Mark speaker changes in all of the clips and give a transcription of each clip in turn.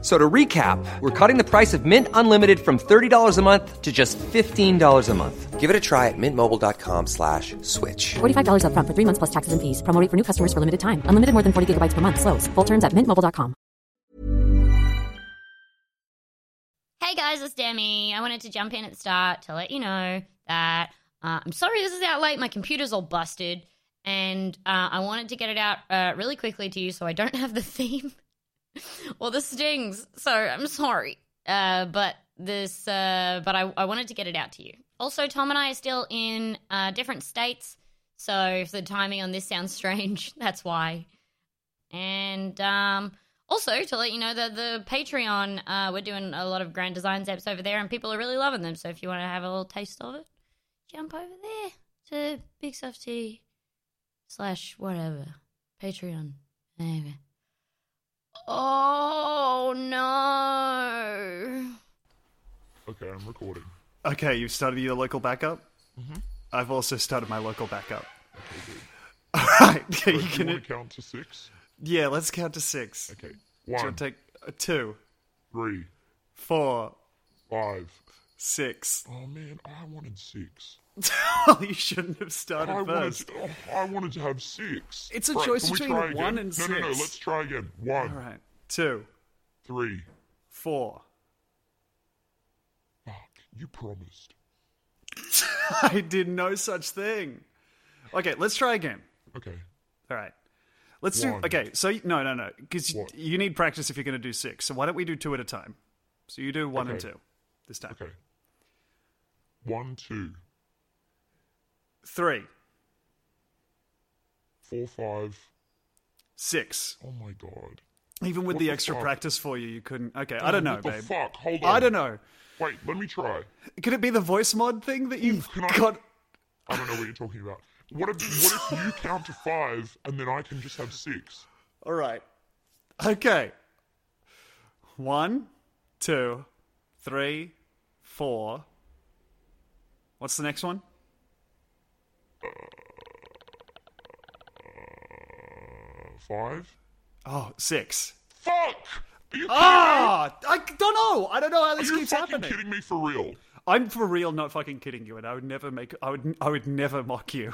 Speaker 1: So to recap, we're cutting the price of Mint Unlimited from $30 a month to just $15 a month. Give it a try at mintmobile.com slash switch.
Speaker 2: $45 upfront for three months plus taxes and fees. Promo rate for new customers for limited time. Unlimited more than 40 gigabytes per month. Slows. Full terms at mintmobile.com.
Speaker 3: Hey guys, it's Demi. I wanted to jump in at the start to let you know that uh, I'm sorry this is out late. My computer's all busted, and uh, I wanted to get it out uh, really quickly to you so I don't have the theme or the stings. So I'm sorry, uh, but this, uh, but I, I wanted to get it out to you. Also, Tom and I are still in uh, different states, so if the timing on this sounds strange, that's why. And um, also to let you know that the Patreon, uh, we're doing a lot of grand design apps over there, and people are really loving them. So if you want to have a little taste of it, jump over there to Big Soft Tea slash whatever Patreon. Anyway. Oh no!
Speaker 4: Okay, I'm recording.
Speaker 5: Okay, you've started your local backup.
Speaker 4: Mm-hmm.
Speaker 5: I've also started my local backup. All right, yeah,
Speaker 4: Do
Speaker 5: you
Speaker 4: you
Speaker 5: can.
Speaker 4: want to count to six?
Speaker 5: yeah, let's count to six.
Speaker 4: Okay.
Speaker 5: Do you
Speaker 4: One,
Speaker 5: want to take uh, two,
Speaker 4: three,
Speaker 5: four,
Speaker 4: five.
Speaker 5: six?
Speaker 4: Oh man, I wanted six.
Speaker 5: you shouldn't have started
Speaker 4: I wanted,
Speaker 5: first.
Speaker 4: oh, I wanted to have six.
Speaker 5: It's a choice
Speaker 4: can we
Speaker 5: between
Speaker 4: try again?
Speaker 5: one and
Speaker 4: no, No, no,
Speaker 5: six.
Speaker 4: let's try again. One,
Speaker 5: All right, two,
Speaker 4: three.
Speaker 5: four.
Speaker 4: Fuck, you promised.
Speaker 5: I did no such thing. Okay, let's try again.
Speaker 4: Okay.
Speaker 5: All right. Let's
Speaker 4: One.
Speaker 5: do. Okay, so you- no, no, no, because
Speaker 4: One.
Speaker 5: you need practice if you're going to do six. So why don't we do two at a time? So you do one and
Speaker 4: Okay.
Speaker 5: two this time.
Speaker 4: Okay. One, two,
Speaker 5: Three,
Speaker 4: four, five.
Speaker 5: six.
Speaker 4: Oh my god.
Speaker 5: Even with
Speaker 4: What
Speaker 5: the,
Speaker 4: the
Speaker 5: extra
Speaker 4: fuck?
Speaker 5: practice for you, you couldn't. Okay, I don't know,
Speaker 4: what the
Speaker 5: babe.
Speaker 4: fuck? Hold on.
Speaker 5: I don't know.
Speaker 4: Wait, let me try.
Speaker 5: Could it be the voice mod thing that you've
Speaker 4: can I-
Speaker 5: got?
Speaker 4: I don't know what you're talking about. What if, what if you count to five and then I can just have six?
Speaker 5: All right. Okay. One, two, three, four. What's the next one?
Speaker 4: Uh, five?
Speaker 5: Oh, six.
Speaker 4: Fuck! Are you,
Speaker 5: Ah, I c- don't know. I don't know how this
Speaker 4: are you
Speaker 5: keeps
Speaker 4: fucking
Speaker 5: happening.
Speaker 4: kidding me for real?
Speaker 5: I'm for real, not fucking kidding you, and I would never make. I would. I would never mock you.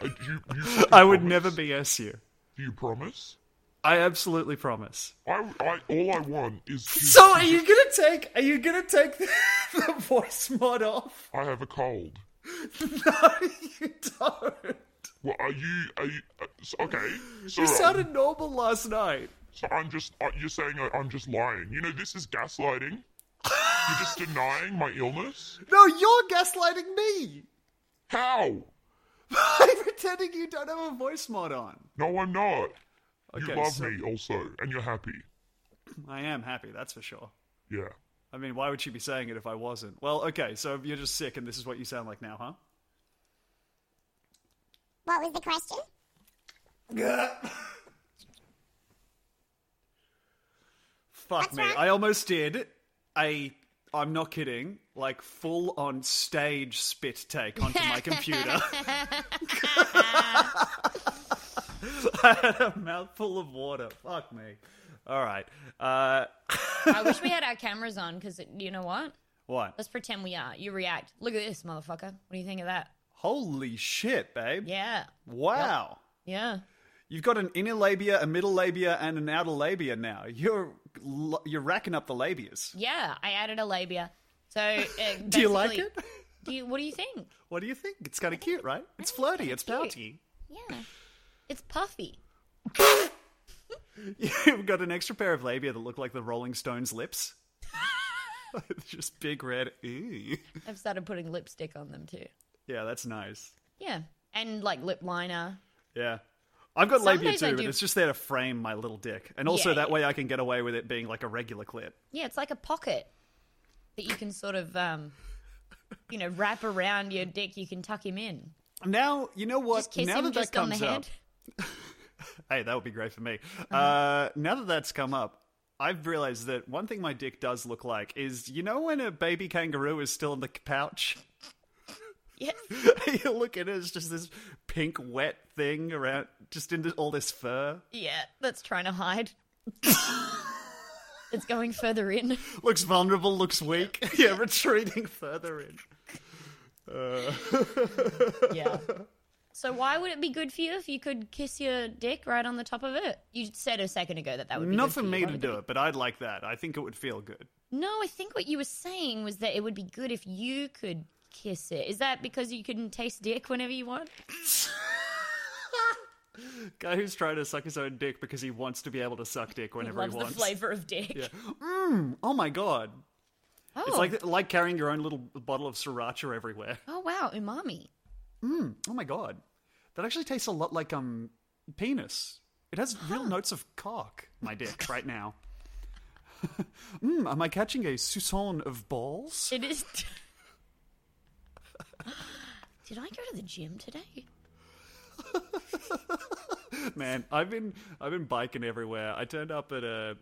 Speaker 4: Uh, You, you fucking
Speaker 5: I would
Speaker 4: promise?
Speaker 5: never BS you.
Speaker 4: Do you promise?
Speaker 5: I absolutely promise.
Speaker 4: I, I, all I want is. to-
Speaker 5: So are you gonna take? Are you gonna take the, the voice mod off?
Speaker 4: I have a cold.
Speaker 5: No, you don't.
Speaker 4: Well, are you? Are you? Uh, so- okay. So,
Speaker 5: You sounded normal last night.
Speaker 4: so I'm just. Uh, you're saying I, I'm just lying. You know, this is gaslighting. you're just denying my illness.
Speaker 5: No, you're gaslighting me.
Speaker 4: How?
Speaker 5: by pretending you don't have a voice mod on.
Speaker 4: No, I'm not.
Speaker 5: Okay,
Speaker 4: you love
Speaker 5: so-
Speaker 4: me also, and you're happy.
Speaker 5: I am happy, that's for sure.
Speaker 4: Yeah.
Speaker 5: I mean, why would she be saying it if I wasn't? Well, okay, so you're just sick, and this is what you sound like now, huh?
Speaker 6: What was the question?
Speaker 5: Fuck me. I almost did a I'm not kidding, like full on stage spit take onto my computer. I had a mouthful of water. Fuck me. All right. Uh
Speaker 3: I wish we had our cameras on because you know what?
Speaker 5: what?
Speaker 3: Let's pretend we are. You react. Look at this motherfucker. What do you think of that?
Speaker 5: Holy shit, babe.
Speaker 3: Yeah,
Speaker 5: Wow.
Speaker 3: yeah.
Speaker 5: You've got an inner labia, a middle labia, and an outer labia now. You're l- you're racking up the labias.
Speaker 3: Yeah, I added a labia. So, uh,
Speaker 5: Do you like it?
Speaker 3: basically- Do you, what do you think?
Speaker 5: What do you think? It's kind of cute, right? It's flirty. It's pouty.
Speaker 3: Yeah, it's puffy.
Speaker 5: You've got an extra pair of labia that look like the Rolling Stones' lips. Just big red. Ooh.
Speaker 3: I've started putting lipstick on them too.
Speaker 5: Yeah, that's nice.
Speaker 3: Yeah, and like lip liner.
Speaker 5: Yeah. I've got
Speaker 3: Some
Speaker 5: labia
Speaker 3: days I
Speaker 5: too, but
Speaker 3: do-
Speaker 5: it's just there to frame my little dick. And also,
Speaker 3: Yeah,
Speaker 5: that
Speaker 3: yeah.
Speaker 5: way I can get away with it being like a regular clit.
Speaker 3: Yeah, it's like a pocket that you can sort of, um, you know, wrap around your dick. You can tuck him in.
Speaker 5: Now, you know what?
Speaker 3: Just kiss
Speaker 5: now
Speaker 3: him
Speaker 5: that
Speaker 3: just
Speaker 5: that
Speaker 3: on the
Speaker 5: comes
Speaker 3: head. Uh-huh.
Speaker 5: up, hey, that would be great for me. Uh, now that that's come up, I've realized that one thing my dick does look like is you know when a baby kangaroo is still in the pouch?
Speaker 3: Yes.
Speaker 5: you look at it, it's just this pink, wet thing around, just in all this fur.
Speaker 3: Yeah, that's trying to hide. it's going further in.
Speaker 5: Looks vulnerable, looks weak. yeah, retreating further in.
Speaker 3: Yeah. So why would it be good for you if you could kiss your dick right on the top of it? You said a second ago that that would be
Speaker 5: Not
Speaker 3: good
Speaker 5: for
Speaker 3: you.
Speaker 5: me
Speaker 3: Why
Speaker 5: to
Speaker 3: would
Speaker 5: do it, but I'd like that. I think it would feel good.
Speaker 3: No, I think what you were saying was that it would be good if you could kiss it. Is that because you can taste dick whenever you want?
Speaker 5: Guy who's trying to suck his own dick because he wants to be able to suck dick whenever he,
Speaker 3: Loves the
Speaker 5: wants.
Speaker 3: flavor of dick.
Speaker 5: Oh my god.
Speaker 3: Oh.
Speaker 5: It's like like carrying your own little bottle of sriracha everywhere.
Speaker 3: oh wow, umami.
Speaker 5: Oh my god. That actually tastes a lot like um penis. It has real notes of cock, my dick, right now. mm, am I catching a susan of balls?
Speaker 3: It is. Did I go to the gym today?
Speaker 5: Man, I've been I've been biking everywhere. I turned up at a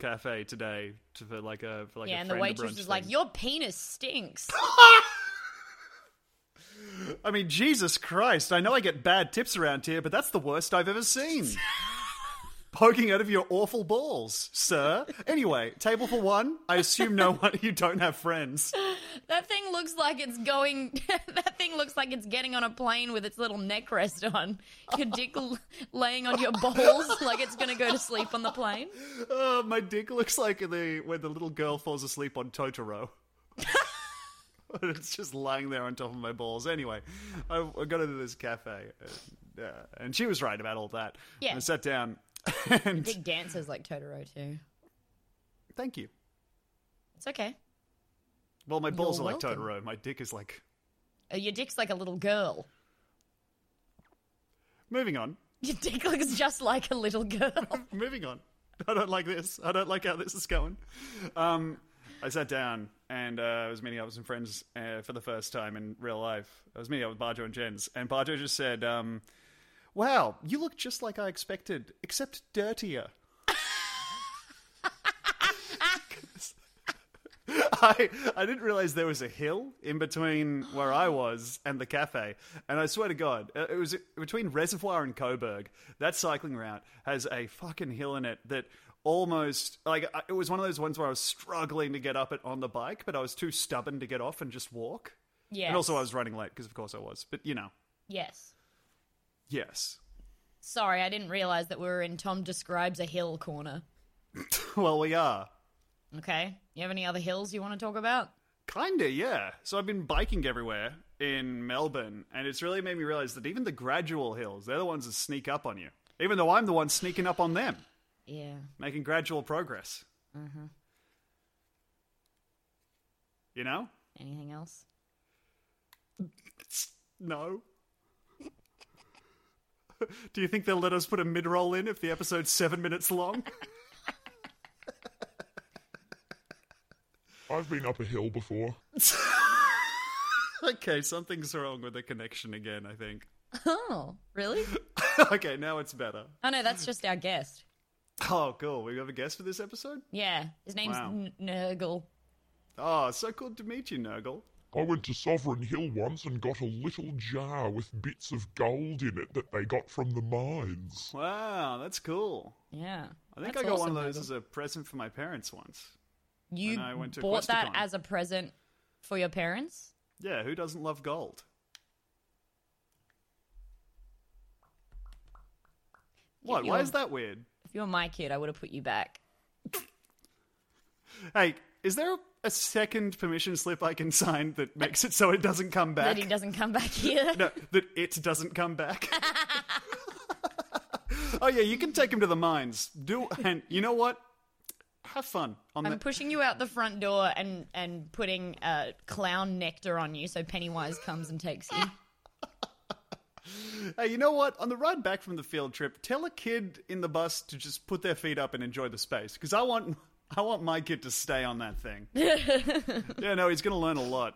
Speaker 5: cafe today to, for like a for like
Speaker 3: yeah,
Speaker 5: a
Speaker 3: and the
Speaker 5: friend
Speaker 3: waitress
Speaker 5: brunch
Speaker 3: was like,
Speaker 5: thing.
Speaker 3: "Your penis stinks."
Speaker 5: I mean, Jesus Christ, I know I get bad tips around here, but that's the worst I've ever seen. Poking out of your awful balls, sir. Anyway, table for one. I assume no one you don't have friends.
Speaker 3: that thing looks like it's going. that thing looks like it's getting on a plane with its little neck rest on. Your dick l- laying on your balls like it's gonna go to sleep on the plane.
Speaker 5: Uh, my dick looks like the when the little girl falls asleep on Totoro. it's just lying there on top of my balls. Anyway, I, I got into this cafe, uh, uh, and she was right about all that.
Speaker 3: Yeah.
Speaker 5: I sat down, and
Speaker 3: Big dancers like Totoro too.
Speaker 5: thank you.
Speaker 3: It's okay.
Speaker 5: Well, my balls
Speaker 3: You're
Speaker 5: are like
Speaker 3: welcome.
Speaker 5: Totoro. My dick is like.
Speaker 3: Uh, Your dick's like a little girl.
Speaker 5: Moving on.
Speaker 3: Your dick looks just like a little girl.
Speaker 5: Moving on. I don't like this. I don't like how this is going. Um, I sat down and uh, I was meeting up with some friends uh, for the first time in real life. I was meeting up with Barjo and Jens, and Barjo just said, um, "Wow, you look just like I expected, except dirtier." I I didn't realize there was a hill in between where I was and the cafe, and I swear to God, uh, it was between Reservoir and Coburg. That cycling route has a fucking hill in it that almost like I- it was one of those ones where I was struggling to get up it on the bike, but I was too stubborn to get off and just walk.
Speaker 3: Yes.
Speaker 5: And also, I was running late because, of course, I was. But you know,
Speaker 3: Yes.
Speaker 5: yes.
Speaker 3: Sorry, I didn't realize that we were in Tom describes a hill corner.
Speaker 5: well, we are.
Speaker 3: Okay. You have any other hills you want to talk about?
Speaker 5: Kinda, yeah. So I've been biking everywhere in Melbourne, and it's really made me realize that even the gradual hills, they're the ones that sneak up on you. Even though I'm the one sneaking up on them,
Speaker 3: Yeah.
Speaker 5: making gradual progress. You know?
Speaker 3: Anything else?
Speaker 5: No. Do you think they'll let us put a mid roll in if the episode's seven minutes long?
Speaker 4: I've been up a hill before.
Speaker 5: okay, something's wrong with the connection again, I think.
Speaker 3: Oh, really?
Speaker 5: okay, now it's better.
Speaker 3: Oh no, that's just our guest.
Speaker 5: Oh, cool. We have a guest for this episode?
Speaker 3: Yeah, his name's
Speaker 5: Wow.
Speaker 3: N- Nurgle.
Speaker 5: Oh, so cool to meet you, Nurgle.
Speaker 4: I went to Sovereign Hill once and got a little jar with bits of gold in it that they got from the mines.
Speaker 5: Wow, that's cool.
Speaker 3: Yeah,
Speaker 5: I think
Speaker 3: That's
Speaker 5: I got
Speaker 3: awesome,
Speaker 5: one of those
Speaker 3: Nurgle.
Speaker 5: as a present for my parents once.
Speaker 3: You
Speaker 5: when I went to
Speaker 3: bought that
Speaker 5: Questacon.
Speaker 3: as a present for your parents.
Speaker 5: Yeah, who doesn't love gold? What?
Speaker 3: you
Speaker 5: Why
Speaker 3: a-
Speaker 5: is that weird?
Speaker 3: If you were my kid, I would have put you back.
Speaker 5: Hey, is there a second permission slip I can sign that makes it so it doesn't come
Speaker 3: That
Speaker 5: back?
Speaker 3: he doesn't come back here.
Speaker 5: no, that it doesn't come back. oh yeah, you can take him to the mines. Do and you know what? Have fun on
Speaker 3: I'm
Speaker 5: the
Speaker 3: pushing you out the front door and and putting uh, clown nectar on you so Pennywise comes and takes you.
Speaker 5: Hey, you know what? On the ride back from the field trip, tell a kid in the bus to just put their feet up and enjoy the space. Because I want, I want my kid to stay on that thing. yeah, no, he's going to learn a lot.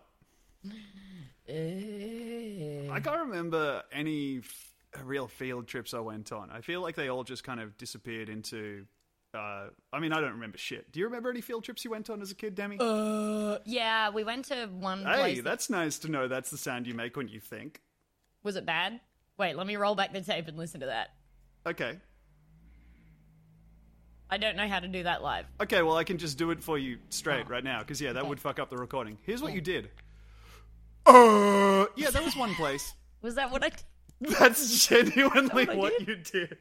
Speaker 5: I can't remember any f- real field trips I went on. I feel like they all just kind of disappeared into. Uh, I mean, I don't remember shit. Do you remember any field trips you went on as a kid, Demi?
Speaker 3: Yeah, we went to one
Speaker 5: hey,
Speaker 3: place.
Speaker 5: that's nice to know. That's the sound you make when you think.
Speaker 3: Was it bad? Wait, let me roll back the tape and listen to that.
Speaker 5: Okay.
Speaker 3: I don't know how to do that live.
Speaker 5: Okay, well, I can just do it for you
Speaker 3: Oh.
Speaker 5: straight right now because yeah, that would fuck up the recording. Here's what you did. Uh, yeah, that was one place.
Speaker 3: Was that what I did?
Speaker 5: That's genuinely
Speaker 3: what I
Speaker 5: what
Speaker 3: did.
Speaker 5: you did.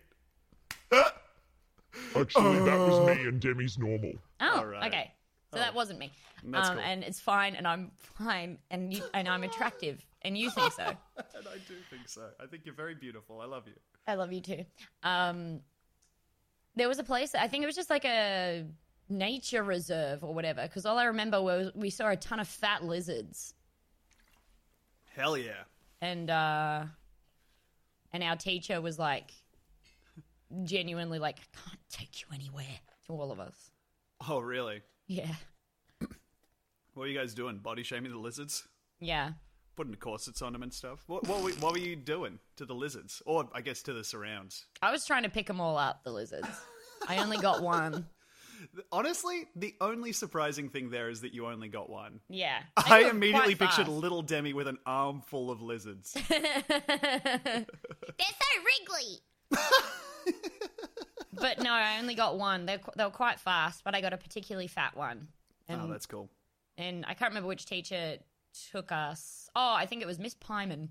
Speaker 4: Actually, that was me and Demi's normal.
Speaker 3: Oh,
Speaker 5: right. Oh. Mm,
Speaker 3: okay. So that wasn't me.
Speaker 5: That's
Speaker 3: um,
Speaker 5: cool.
Speaker 3: And it's fine, and I'm fine, and you, and I'm attractive, and you think so.
Speaker 5: And I do think so. I think you're very beautiful. I love you.
Speaker 3: I love you too. Um, there was a place. I think it was just like a nature reserve or whatever. Because all I remember was we saw a ton of fat lizards,
Speaker 5: Hell yeah.
Speaker 3: and uh, and our teacher was like, genuinely like, I can't take you anywhere to all of us.
Speaker 5: Oh, really?
Speaker 3: Yeah,
Speaker 5: What are you guys doing? Body shaming the lizards?
Speaker 3: yeah.
Speaker 5: Putting corsets on them and stuff? What, what, were, what were you doing to the lizards? Or, I guess, to the surrounds?
Speaker 3: I was trying to pick them all up, the lizards. I only got one.
Speaker 5: Honestly, the only surprising thing there is that you only got one.
Speaker 3: Yeah.
Speaker 5: I
Speaker 3: got
Speaker 5: immediately
Speaker 3: quite
Speaker 5: pictured
Speaker 3: fast.
Speaker 5: little Demi with an armful of lizards.
Speaker 3: They're so wriggly. but no, I only got one. They're, qu- they were quite fast, but I got a particularly fat one.
Speaker 5: oh, that's cool.
Speaker 3: And I can't remember which teacher took us. Oh, I think it was Miss Pyman.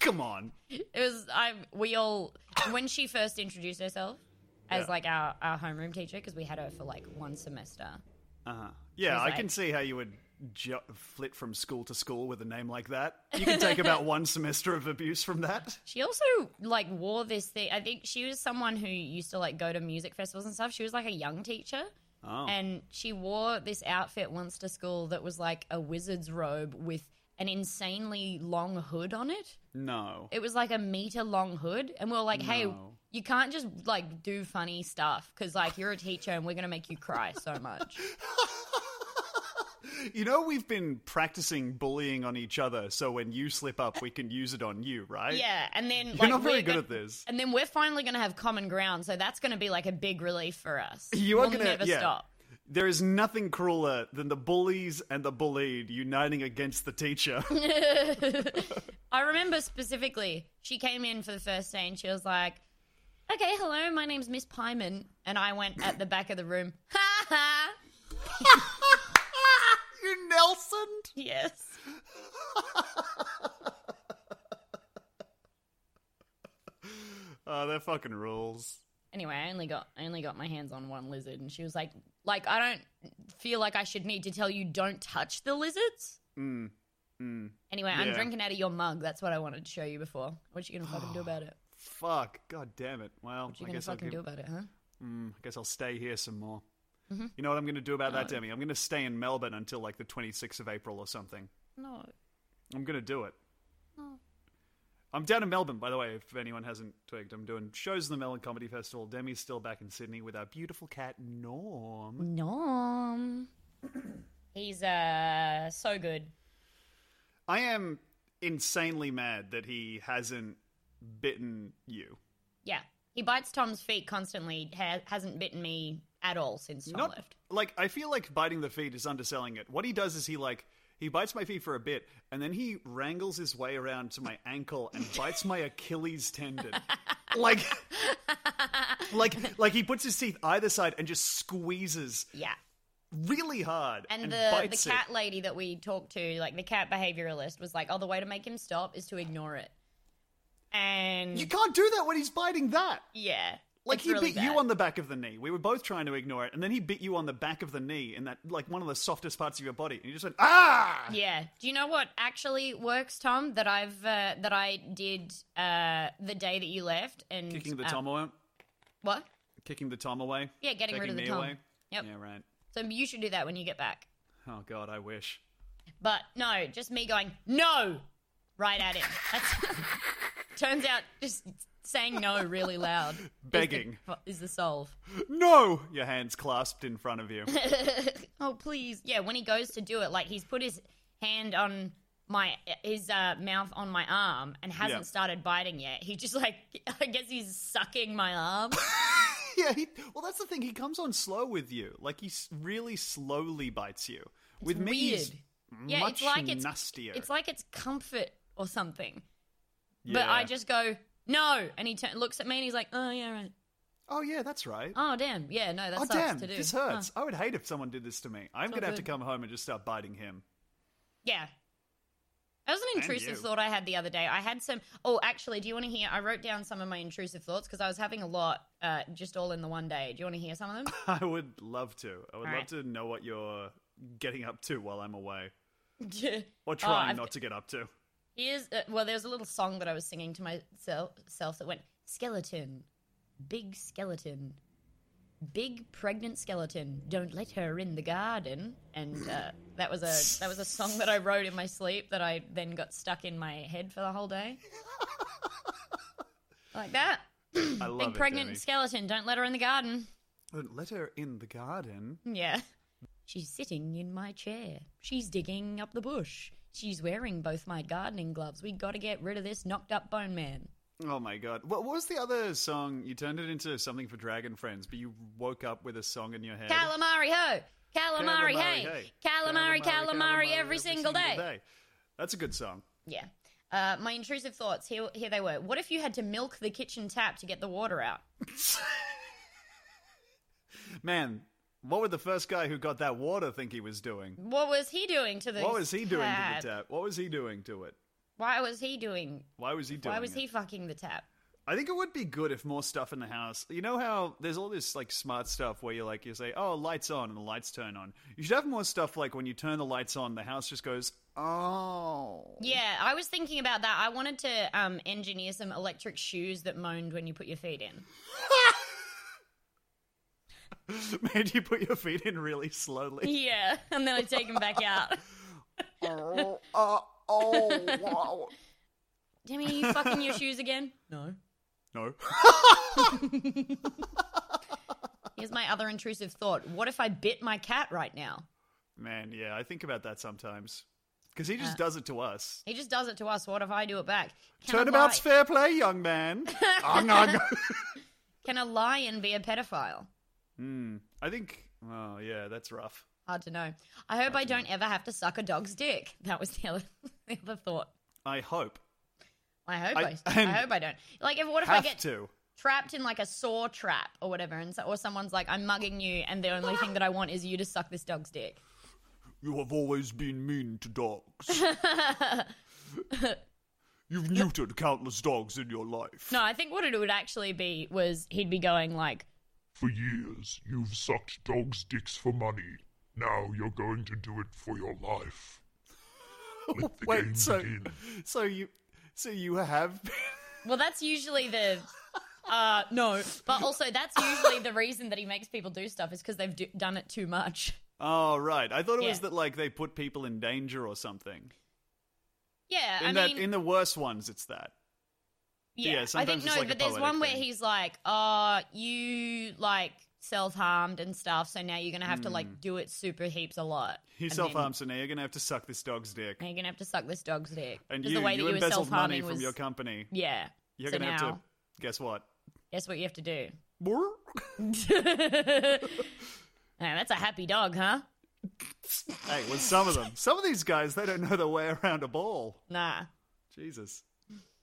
Speaker 5: Come on.
Speaker 3: It was I. We all when she first introduced herself as
Speaker 5: Yeah.
Speaker 3: like our our homeroom teacher because we had her for like one semester.
Speaker 5: Uh-huh. Yeah, I
Speaker 3: like-
Speaker 5: can see how you would ju- flit from school to school with a name like that. You can take about one semester of abuse from that.
Speaker 3: She also like wore this thing. I think she was someone who used to like go to music festivals and stuff. She was like a young teacher.
Speaker 5: Oh.
Speaker 3: And she wore this outfit once to school that was like a wizard's robe with an insanely long hood on it.
Speaker 5: No.
Speaker 3: It was like a meter long hood. And we were like, hey,
Speaker 5: No.
Speaker 3: you can't just like do funny stuff because like you're a teacher and we're going to make you cry so much.
Speaker 5: You know, we've been practicing bullying on each other, so when you slip up, we can use it on you, right?
Speaker 3: yeah. And then like.
Speaker 5: You're not very
Speaker 3: we're
Speaker 5: good
Speaker 3: go-
Speaker 5: at this.
Speaker 3: And then we're finally going to have common ground. So that's going to be like a big relief for us.
Speaker 5: You are
Speaker 3: we'll
Speaker 5: gonna
Speaker 3: never
Speaker 5: yeah.
Speaker 3: stop.
Speaker 5: There is nothing crueler than the bullies and the bullied uniting against the teacher.
Speaker 3: I remember specifically, she came in for the first day and she was like, Okay, hello, my name's Miss Pyman. And I went at the back of the room, Ha ha!
Speaker 5: you Nelson.
Speaker 3: Yes.
Speaker 5: Oh, they're fucking rules.
Speaker 3: Anyway, I only got I only got my hands on one lizard and she was like, like I don't feel like I should need to tell you don't touch the lizards. Mm. Anyway, I'm
Speaker 5: Mm. Yeah.
Speaker 3: drinking out of your mug. That's what I wanted to show you before. What you gonna fucking do about it?
Speaker 5: Fuck. God damn it. Well,
Speaker 3: What you
Speaker 5: I
Speaker 3: gonna
Speaker 5: guess I'll
Speaker 3: fucking
Speaker 5: give,
Speaker 3: do about it, huh?
Speaker 5: Hmm, I guess I'll stay here some more. You know what I'm going to do about that, Demi? I'm going to stay in Melbourne until like the 26th of April or something.
Speaker 3: No.
Speaker 5: I'm going to do it. I'm down in Melbourne, by the way, if anyone hasn't twigged. I'm doing shows in the Melbourne Comedy Festival. Demi's still back in Sydney with our beautiful cat, Norm.
Speaker 3: Nom. He's uh so good.
Speaker 5: I am insanely mad that he hasn't bitten you.
Speaker 3: Yeah. He bites Tom's feet constantly, ha- hasn't bitten me at all since Tom
Speaker 5: Not
Speaker 3: left.
Speaker 5: like I feel like biting the feet is underselling it. What he does is he like he bites my feet for a bit and then he wrangles his way around to my ankle and bites my Achilles tendon. like like like he puts his teeth either side and just squeezes
Speaker 3: Yeah.
Speaker 5: really hard and,
Speaker 3: And, the,
Speaker 5: bites
Speaker 3: the cat lady that we talked to, like the cat behavioralist, was like, oh, the way to make him stop is to ignore it. And
Speaker 5: it. You can't do that when he's biting that.
Speaker 3: yeah.
Speaker 5: Like
Speaker 3: it's
Speaker 5: he
Speaker 3: really
Speaker 5: bit you
Speaker 3: bad.
Speaker 5: on the back of the knee. We were both trying to ignore it, and then he bit you on the back of the knee in that like one of the softest parts of your body, and you just went ah.
Speaker 3: Yeah. Do you know what actually works, Tom? That I've uh, that I did uh, the day that you left and
Speaker 5: Kicking the
Speaker 3: uh,
Speaker 5: tom away.
Speaker 3: What?
Speaker 5: Kicking the tom away.
Speaker 3: Yeah, getting rid
Speaker 5: Taking
Speaker 3: of the
Speaker 5: me
Speaker 3: tom.
Speaker 5: away.
Speaker 3: Yep.
Speaker 5: Yeah, right.
Speaker 3: So you should do that when you get back.
Speaker 5: Oh God, I wish.
Speaker 3: But no, just me going, no, right at him. That's, turns out just saying no really loud. is the-
Speaker 5: Begging.
Speaker 3: Is the, solve.
Speaker 5: No, your hands clasped in front of you.
Speaker 3: Oh, please. Yeah, when he goes to do it, like he's put his hand on my his uh, mouth on my arm and hasn't
Speaker 5: Yeah.
Speaker 3: started biting yet. He just like I guess he's sucking my arm.
Speaker 5: Yeah, he, well, that's the thing. He comes on slow with you. Like, he s- really slowly bites you. with me, he's
Speaker 3: Weird. Yeah,
Speaker 5: much
Speaker 3: it's like it's
Speaker 5: nastier.
Speaker 3: it's like it's comfort or something. But
Speaker 5: Yeah.
Speaker 3: I just go no, and he turn looks at me and he's like, oh yeah, right.
Speaker 5: Oh, yeah, that's right.
Speaker 3: Oh damn, yeah, no, that
Speaker 5: oh,
Speaker 3: sucks
Speaker 5: damn.
Speaker 3: to do.
Speaker 5: This
Speaker 3: Huh.
Speaker 5: hurts. I would hate if someone did this to me. I'm going to have to come home and just start biting him.
Speaker 3: Yeah. That was an
Speaker 5: And you.
Speaker 3: intrusive thought I had the other day. I had some. Oh, actually, do you want to hear? I wrote down some of my intrusive thoughts because I was having a lot uh, just all in the one day. Do you want to hear some of them?
Speaker 5: I would love to. I would love
Speaker 3: Alright.
Speaker 5: to know what you're getting up to while I'm away.
Speaker 3: Yeah.
Speaker 5: Or
Speaker 3: Oh,
Speaker 5: trying
Speaker 3: I've-
Speaker 5: not to get up to.
Speaker 3: Here's uh, well, there's a little song that I was singing to myself self that went skeleton, big skeleton, big pregnant skeleton. Don't let her in the garden. And uh, that was a that was a song that I wrote in my sleep that I then got stuck in my head for the whole day. like that.
Speaker 5: I love
Speaker 3: Big
Speaker 5: it,
Speaker 3: pregnant
Speaker 5: Danny.
Speaker 3: skeleton. Don't let her in the garden.
Speaker 5: Don't Let her in the garden.
Speaker 3: Yeah. She's sitting in my chair. She's digging up the bush. She's wearing both my gardening gloves. We gotta get rid of this knocked up bone man.
Speaker 5: Oh my god. What what was the other song? You turned it into something for Dragon Friends, but you woke up with a song in your head.
Speaker 3: Calamari ho! Calamari, hey! Calamari, calamari, every, single day.
Speaker 5: That's a good song.
Speaker 3: Yeah. Uh, my intrusive thoughts, here, here they were. What if you had to milk the kitchen tap to get the water out?
Speaker 5: Man, what would the first guy who got that water think he was doing?
Speaker 3: What was he doing to the
Speaker 5: What was he doing to
Speaker 3: tap?
Speaker 5: the tap? What was he doing to it?
Speaker 3: Why was he doing?
Speaker 5: Why was he doing
Speaker 3: Why was
Speaker 5: it?
Speaker 3: he fucking the tap?
Speaker 5: I think it would be good if more stuff in the house. You know how there's all this like smart stuff where you like you say, "Oh, lights on," and the lights turn on. You should have more stuff like when you turn the lights on, the house just goes, "Oh."
Speaker 3: Yeah, I was thinking about that. I wanted to um, engineer some electric shoes that moaned when you put your feet in.
Speaker 5: Made you put your feet in really slowly.
Speaker 3: Yeah, and then I take them back out.
Speaker 5: oh, uh, oh, wow.
Speaker 3: Demi, are you fucking your shoes again? No.
Speaker 5: No.
Speaker 3: Here's my other intrusive thought. What if I bit my cat right now?
Speaker 5: Man, yeah, I think about that sometimes. Because he just does it to us.
Speaker 3: Uh, He just does it to us. What if I do it back? Can a
Speaker 5: Turnabout's
Speaker 3: li-
Speaker 5: fair play, young man. Oh, Ong, ong.
Speaker 3: Can a lion be a pedophile?
Speaker 5: Hmm. I think, oh, yeah, that's rough.
Speaker 3: Hard to know. I hope I don't ever have to suck a dog's dick. That was the other, the other thought.
Speaker 5: I hope.
Speaker 3: I hope
Speaker 5: I-
Speaker 3: I, I,
Speaker 5: I'm-
Speaker 3: hope I don't. Like, if what if I
Speaker 5: Have
Speaker 3: get
Speaker 5: to.
Speaker 3: trapped in like a saw trap or whatever, and so, or someone's like, "I'm mugging you," and the only thing that I want is you to suck this dog's dick.
Speaker 6: You have always been mean to dogs. You've neutered countless dogs in your life.
Speaker 3: No, I think what it would actually be was he'd be going like,
Speaker 4: For years, you've sucked dogs' dicks for money. Now you're going to do it for your life. Let the game
Speaker 5: Wait, so,
Speaker 4: begin.
Speaker 5: so you, so you have,
Speaker 3: Well, that's usually the. Uh, no, but also that's usually the reason that he makes people do stuff is because they've do- done it too much.
Speaker 5: oh right, I thought it was
Speaker 3: Yeah.
Speaker 5: that like they put people in danger or something.
Speaker 3: Yeah,
Speaker 5: In
Speaker 3: I
Speaker 5: that,
Speaker 3: mean,
Speaker 5: in the worst ones, it's that. yeah,
Speaker 3: yeah, I
Speaker 5: sometimes
Speaker 3: think
Speaker 5: it's
Speaker 3: no,
Speaker 5: like a
Speaker 3: but there's
Speaker 5: poetic
Speaker 3: one where
Speaker 5: thing.
Speaker 3: he's like, "Uh, you like self harmed and stuff, so now you're gonna have to like do it super heaps a lot.
Speaker 5: Hmm. He
Speaker 3: And
Speaker 5: self harms, so now you're gonna have to suck this dog's dick.
Speaker 3: then You're gonna have to suck this dog's dick."
Speaker 5: And
Speaker 3: 'Cause
Speaker 5: you,
Speaker 3: the way
Speaker 5: you
Speaker 3: that you were
Speaker 5: embezzled money
Speaker 3: self-harming
Speaker 5: from
Speaker 3: was,
Speaker 5: your company.
Speaker 3: yeah.
Speaker 5: You're
Speaker 3: so
Speaker 5: gonna
Speaker 3: now,
Speaker 5: have to. Guess what?
Speaker 3: Guess what you have to do?
Speaker 5: Brr.
Speaker 3: Yeah, that's a happy dog, huh?
Speaker 5: hey, with some of them, some of these guys, they don't know their way around a ball.
Speaker 3: Nah.
Speaker 5: Jesus.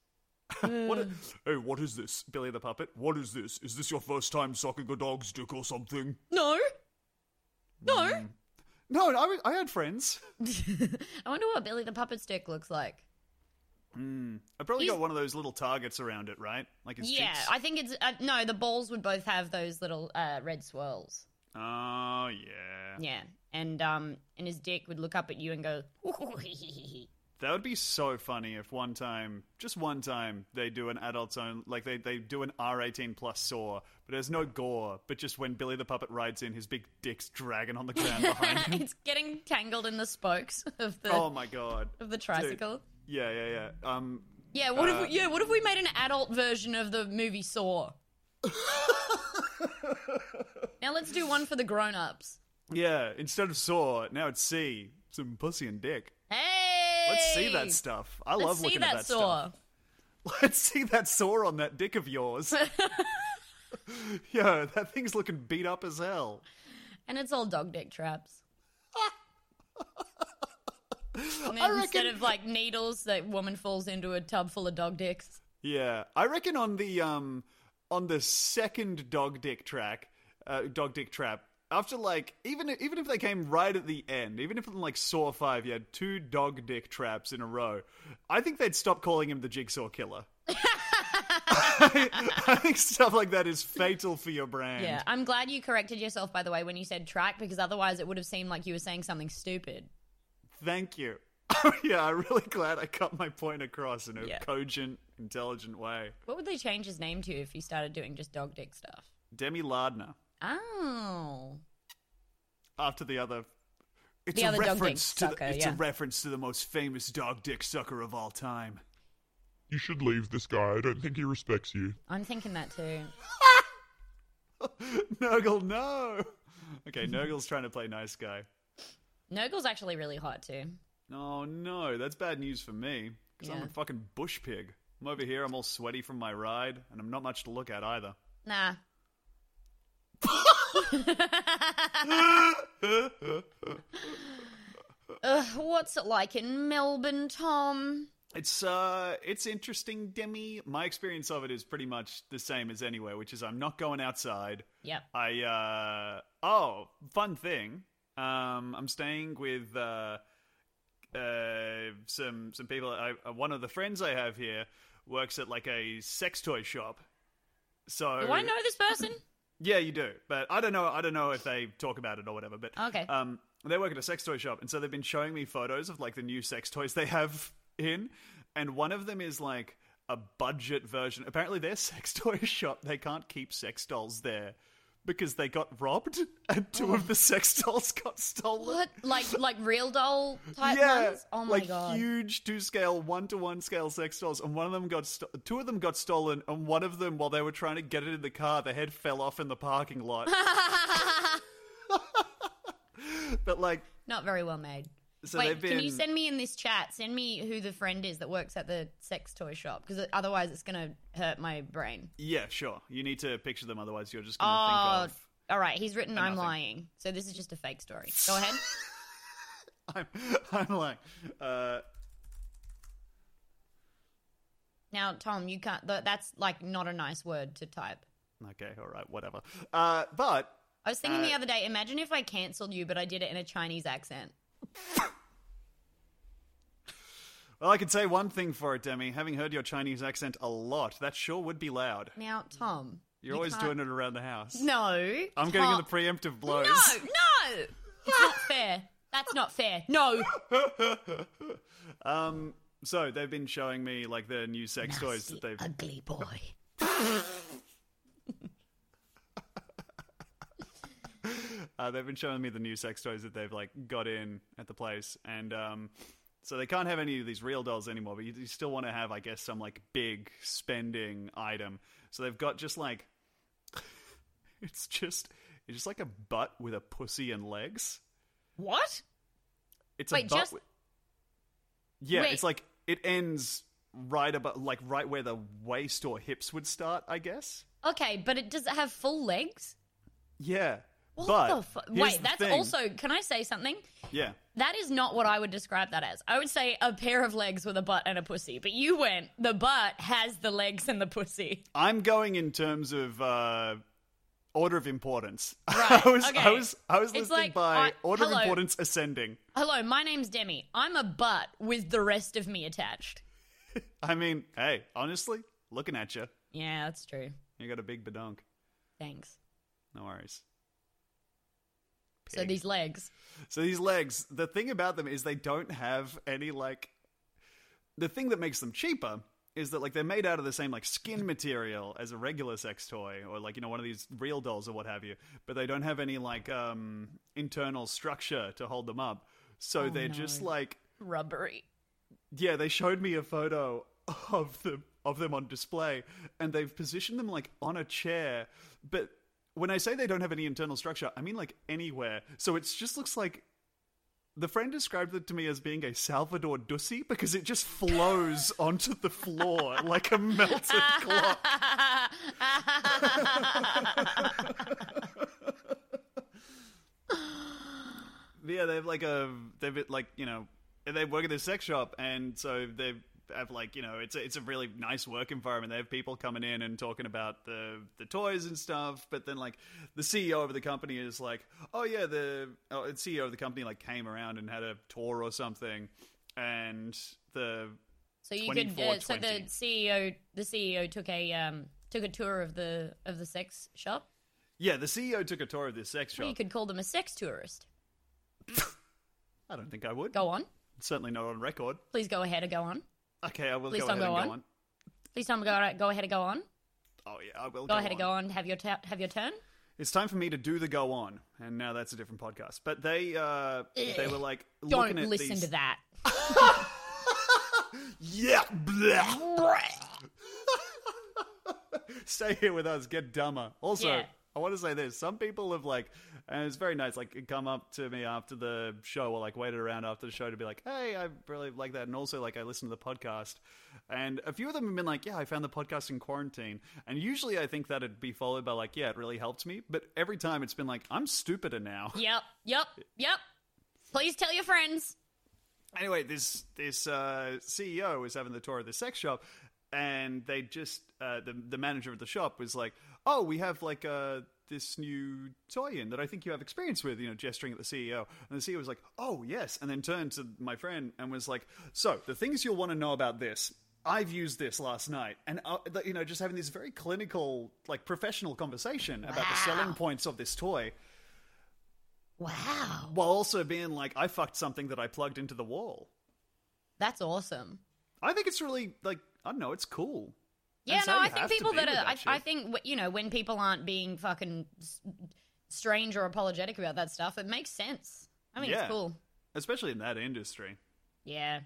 Speaker 5: what? A,
Speaker 6: Hey, what is this?
Speaker 5: Billy the puppet.
Speaker 6: What is this? Is this your first time sucking a dog's dick or something?
Speaker 3: No. No.
Speaker 5: No, I, I had friends. Mm.
Speaker 3: I wonder what Billy the Puppet Stick looks like.
Speaker 5: I probably
Speaker 3: He's-
Speaker 5: got one of those little targets around it, right? Like his
Speaker 3: yeah,
Speaker 5: cheeks.
Speaker 3: I think it's uh, no. The balls would both have those little uh, red swirls.
Speaker 5: Oh yeah.
Speaker 3: Yeah, and um, and his dick would look up at you and go.
Speaker 5: That would be so funny if one time, just one time, they do an adult's own, like they, they do an R eighteen plus saw, but there's no gore, but just when Billy the puppet rides in, his big dick's dragging on the ground behind him.
Speaker 3: it's getting tangled in the spokes of the
Speaker 5: Oh my god.
Speaker 3: of the tricycle.
Speaker 5: Yeah, yeah, yeah. Um,
Speaker 3: Yeah, what if we, yeah, what if we made an adult version of the movie Saw? now let's do one for the grown-ups.
Speaker 5: yeah. Instead of saw, now it's C. Some pussy and dick.
Speaker 3: Hey,
Speaker 5: Let's see
Speaker 7: Yay!
Speaker 5: that stuff. I
Speaker 7: Let's
Speaker 5: love
Speaker 7: see
Speaker 5: looking
Speaker 7: that,
Speaker 5: at that
Speaker 7: saw.
Speaker 5: stuff. Let's see that saw on that dick of yours. Yo, that thing's looking beat up as hell.
Speaker 3: And it's all dog dick traps. And
Speaker 5: I
Speaker 3: Instead
Speaker 5: reckon.
Speaker 3: of like needles, that woman falls into a tub full of dog dicks.
Speaker 5: yeah, I reckon on the um on the second dog dick track, uh, dog dick trap. After like even even if they came right at the end, even if in like Saw Five you had two dog dick traps in a row, I think they'd stop calling him the Jigsaw Killer. I, think stuff like that is fatal for your brain.
Speaker 3: Yeah, I'm glad you corrected yourself by the way when you said track because otherwise it would have seemed like you were saying something stupid.
Speaker 5: Thank you. Oh, yeah, I'm really glad I got my point across in a
Speaker 7: Yeah.
Speaker 5: cogent, intelligent way.
Speaker 3: What would they change his name to if he started doing just dog dick stuff?
Speaker 5: Demi Lardner,
Speaker 3: Oh,
Speaker 5: after the other. It's
Speaker 3: The
Speaker 5: a
Speaker 3: other dog dick
Speaker 5: reference to
Speaker 3: sucker,
Speaker 5: the, It's
Speaker 3: yeah.
Speaker 5: a reference to the most famous dog dick sucker of all time.
Speaker 4: You should leave this guy. I don't think he respects you.
Speaker 3: I'm thinking that too.
Speaker 5: Nurgle, no. Okay, Nurgle's trying to play nice guy.
Speaker 3: Nurgle's actually really hot too.
Speaker 5: Oh no, that's bad news for me because I'm
Speaker 3: Yeah.
Speaker 5: a fucking bush pig. I'm over here. I'm all sweaty from my ride, and I'm not much to look at either.
Speaker 3: Nah. Ugh, what's it like in Melbourne, Tom?
Speaker 5: It's uh, it's interesting, Demi. My experience of it is pretty much the same as anywhere, which is I'm not going outside.
Speaker 3: Yep.
Speaker 5: I uh, oh, fun thing. Um, I'm staying with uh, uh, some some people. I, uh, one of the friends I have here works at like a sex toy shop. So
Speaker 3: Do Oh, I know this person?
Speaker 5: yeah, you do, but I don't know. I don't know if they talk about it or whatever. But
Speaker 3: Okay.
Speaker 5: um, they work at a sex toy shop, and so they've been showing me photos of like the new sex toys they have in, and one of them is like a budget version. Apparently, their sex toy shop they can't keep sex dolls there because they got robbed, and two of the sex dolls got stolen.
Speaker 3: What? Like like real doll type
Speaker 5: Yeah,
Speaker 3: ones? Oh my
Speaker 5: like
Speaker 3: god.
Speaker 5: huge two scale, one to one scale sex dolls, and one of them got sto- two of them got stolen, and one of them, while they were trying to get it in the car, the head fell off in the parking lot. but like,
Speaker 3: Not very well made.
Speaker 5: so
Speaker 3: Wait,
Speaker 5: they've been.
Speaker 3: can you send me in this chat? Send me who the friend is that works at the sex toy shop because otherwise it's gonna hurt my brain.
Speaker 5: yeah, sure. You need to picture them, otherwise you're just
Speaker 3: Oh,
Speaker 5: gonna
Speaker 3: all right. He's written I'm
Speaker 5: nothing.
Speaker 3: lying, so this is just a fake story. Go ahead.
Speaker 5: think of. I'm, I'm like, uh,
Speaker 3: now, Tom, you can't. Th- that's like not a nice word to type.
Speaker 5: okay, all right, whatever. Uh, but
Speaker 3: I was thinking the other day. Imagine if I cancelled you, but I did it in a Chinese accent.
Speaker 5: well, I can say one thing for it, Demi. Having heard your Chinese accent a lot, that sure would be loud.
Speaker 3: Now, Tom,
Speaker 5: You're always doing it around the house.
Speaker 3: Mm. No,
Speaker 5: I'm getting in
Speaker 3: Tom-
Speaker 5: the preemptive blows.
Speaker 3: No, no, it's not fair. That's not fair. No.
Speaker 5: um, so they've been showing me like the new sex toys that they've.
Speaker 3: Ugly boy.
Speaker 5: Uh, they've been showing me the new sex toys that they've like got in at the place, and um, so they can't have any of these real dolls anymore. But you, you still want to have, I guess, some like big spending item. So they've got just like it's just it's just like a butt with a pussy and legs.
Speaker 3: What?
Speaker 5: It's a
Speaker 3: Wait,
Speaker 5: butt.
Speaker 3: just-
Speaker 5: with- Yeah,
Speaker 3: Wait.
Speaker 5: it's like it ends right about like right where the waist or hips would start, I guess.
Speaker 3: Okay, but it does it have full legs?
Speaker 5: Yeah.
Speaker 3: What
Speaker 5: but
Speaker 3: the fu-
Speaker 5: here's
Speaker 3: Wait,
Speaker 5: the
Speaker 3: that's
Speaker 5: thing.
Speaker 3: also. Can I say something?
Speaker 5: yeah.
Speaker 3: That is not what I would describe that as. I would say a pair of legs with a butt and a pussy. But you went, the butt has the legs and the pussy.
Speaker 5: I'm going in terms of uh, order of importance.
Speaker 3: Right,
Speaker 5: I was I
Speaker 3: okay.
Speaker 5: was I was
Speaker 3: It's
Speaker 5: listing
Speaker 3: like,
Speaker 5: by
Speaker 3: I-
Speaker 5: order
Speaker 3: hello.
Speaker 5: of importance ascending.
Speaker 3: Hello, my name's Demi. I'm a butt with the rest of me attached.
Speaker 5: I mean, hey, honestly, looking at you,
Speaker 3: Yeah, that's true.
Speaker 5: you got a big badunk.
Speaker 3: Thanks.
Speaker 5: No worries.
Speaker 3: So these legs.
Speaker 5: So these legs, the thing about them is they don't have any like the thing that makes them cheaper is that like they're made out of the same like skin material as a regular sex toy or like you know one of these real dolls or what have you, but they don't have any like um internal structure to hold them up. So they're just like
Speaker 3: Rubbery.
Speaker 5: yeah, they showed me a photo of them of them on display, and they've positioned them like on a chair. But when I say they don't have any internal structure, I mean like anywhere. So it just looks like The friend described it to me as being a Salvador Dussy because it just flows onto the floor like a melted clock. Yeah, they've like a they've like you know they work at this sex shop, and so they have like you know it's a, it's a really nice work environment. They have people coming in and talking about the the toys and stuff, but then like the CEO of the company is like, oh yeah, the oh, the CEO of the company like came around and had a tour or something, and the
Speaker 3: So you could. Uh, so the
Speaker 5: 2420.
Speaker 3: CEO, the CEO took a um, took a tour of the of the sex shop.
Speaker 5: yeah the CEO took a tour of this sex
Speaker 3: Well, you
Speaker 5: shop.
Speaker 3: could call them a sex tourist.
Speaker 5: I don't think I would.
Speaker 3: Go on,
Speaker 5: Certainly not on record.
Speaker 3: please go ahead and go on.
Speaker 5: Okay, I will
Speaker 3: Please
Speaker 5: go
Speaker 3: don't
Speaker 5: ahead
Speaker 3: go
Speaker 5: and
Speaker 3: on.
Speaker 5: go on.
Speaker 3: Please tell me go go ahead and go on.
Speaker 5: Oh yeah, I will
Speaker 3: Go ahead and go on. Have your ta- have your turn.
Speaker 5: It's time for me to do the go on, and now that's a different podcast. But they uh, they were like
Speaker 3: Eh, Don't
Speaker 5: looking at
Speaker 3: listen
Speaker 5: these-
Speaker 3: to that.
Speaker 5: Yeah, blah. Stay here with us. Get dumber. Also,
Speaker 3: Yeah.
Speaker 5: I want to say this: some people have like, and it's very nice. Like, come up to me after the show, or like waited around after the show to be like, "Hey, I really like that," and also like I listened to the podcast, and a few of them have been like, "Yeah, I found the podcast in quarantine," and usually I think that'd be followed by like, "Yeah, it really helped me," but every time it's been like, "I'm stupider now."
Speaker 3: Yep, yep, yep. Please tell your friends.
Speaker 5: anyway, this this uh, CEO was having the tour of the sex shop, and they just uh, the the manager of the shop was like, "Oh, we have like uh, this new toy in that I think you have experience with," you know, gesturing at the CEO, and the CEO was like, "Oh yes," and then turned to my friend and was like, "So the things you'll want to know about this." I've used this last night, and uh, th- you know, just having this very clinical, like professional conversation about the selling points of this toy,
Speaker 3: Wow,
Speaker 5: while also being like, I fucked something that I plugged into the wall.
Speaker 3: that's awesome.
Speaker 5: I think it's really like I don't know. It's cool.
Speaker 3: Yeah,
Speaker 5: And so
Speaker 3: no, I
Speaker 5: you
Speaker 3: think
Speaker 5: have to
Speaker 3: people
Speaker 5: be
Speaker 3: that
Speaker 5: with
Speaker 3: are.
Speaker 5: that
Speaker 3: I,
Speaker 5: shit.
Speaker 3: I think wh- you know when people aren't being fucking s- strange or apologetic about that stuff, it makes sense. I think
Speaker 5: Yeah.
Speaker 3: it's cool.
Speaker 5: especially in that industry.
Speaker 3: Yeah,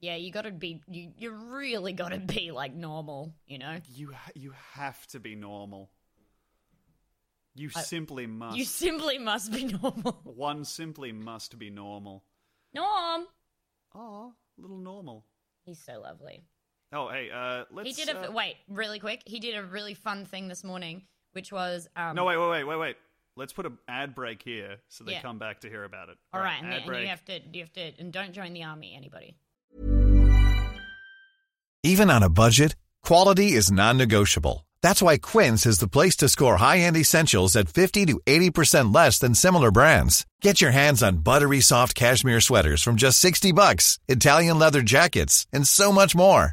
Speaker 3: yeah. You got to be. You you really got to be like normal. You know.
Speaker 5: You ha- you have to be normal. You simply must.
Speaker 3: You simply must be normal.
Speaker 5: One simply must be normal.
Speaker 3: Norm.
Speaker 5: Aw, little normal.
Speaker 3: He's so lovely.
Speaker 5: Oh hey, uh, let's.
Speaker 3: He did a
Speaker 5: uh,
Speaker 3: wait really quick. He did a really fun thing this morning, which was um.
Speaker 5: No wait wait wait wait wait. Let's put an ad break here so they
Speaker 3: Yeah.
Speaker 5: come back to hear about it.
Speaker 3: All right, and,
Speaker 5: ad
Speaker 3: then- and
Speaker 5: break.
Speaker 3: you have to you have to and don't join the army. Anybody.
Speaker 7: Even on a budget, quality is non-negotiable. That's why Quince is the place to score high-end essentials at 50 to 80% less than similar brands. Get your hands on buttery soft cashmere sweaters from just 60 bucks, Italian leather jackets, and so much more.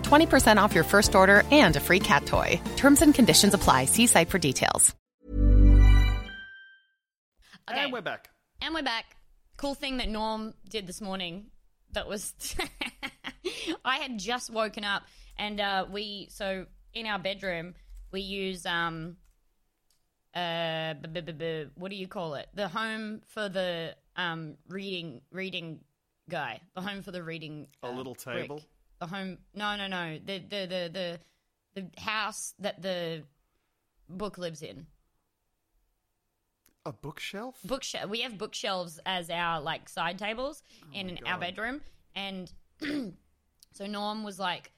Speaker 8: 20% off your first order and a free cat toy. Terms and conditions apply. See site for details.
Speaker 3: Okay.
Speaker 5: And we're back.
Speaker 3: And we're back. Cool thing that Norm did this morning that was I had just woken up and uh we so in our bedroom we use um uh b- b- b- b- what do you call it? The home for the um reading reading guy. The home for the reading
Speaker 5: A
Speaker 3: uh,
Speaker 5: little
Speaker 3: brick.
Speaker 5: table?
Speaker 3: The home No, no, no. The the the the, the house that the book lives in
Speaker 5: A bookshelf.
Speaker 3: bookshelf. We have bookshelves as our like side tables
Speaker 5: Oh
Speaker 3: in our bedroom, and so Norm was like,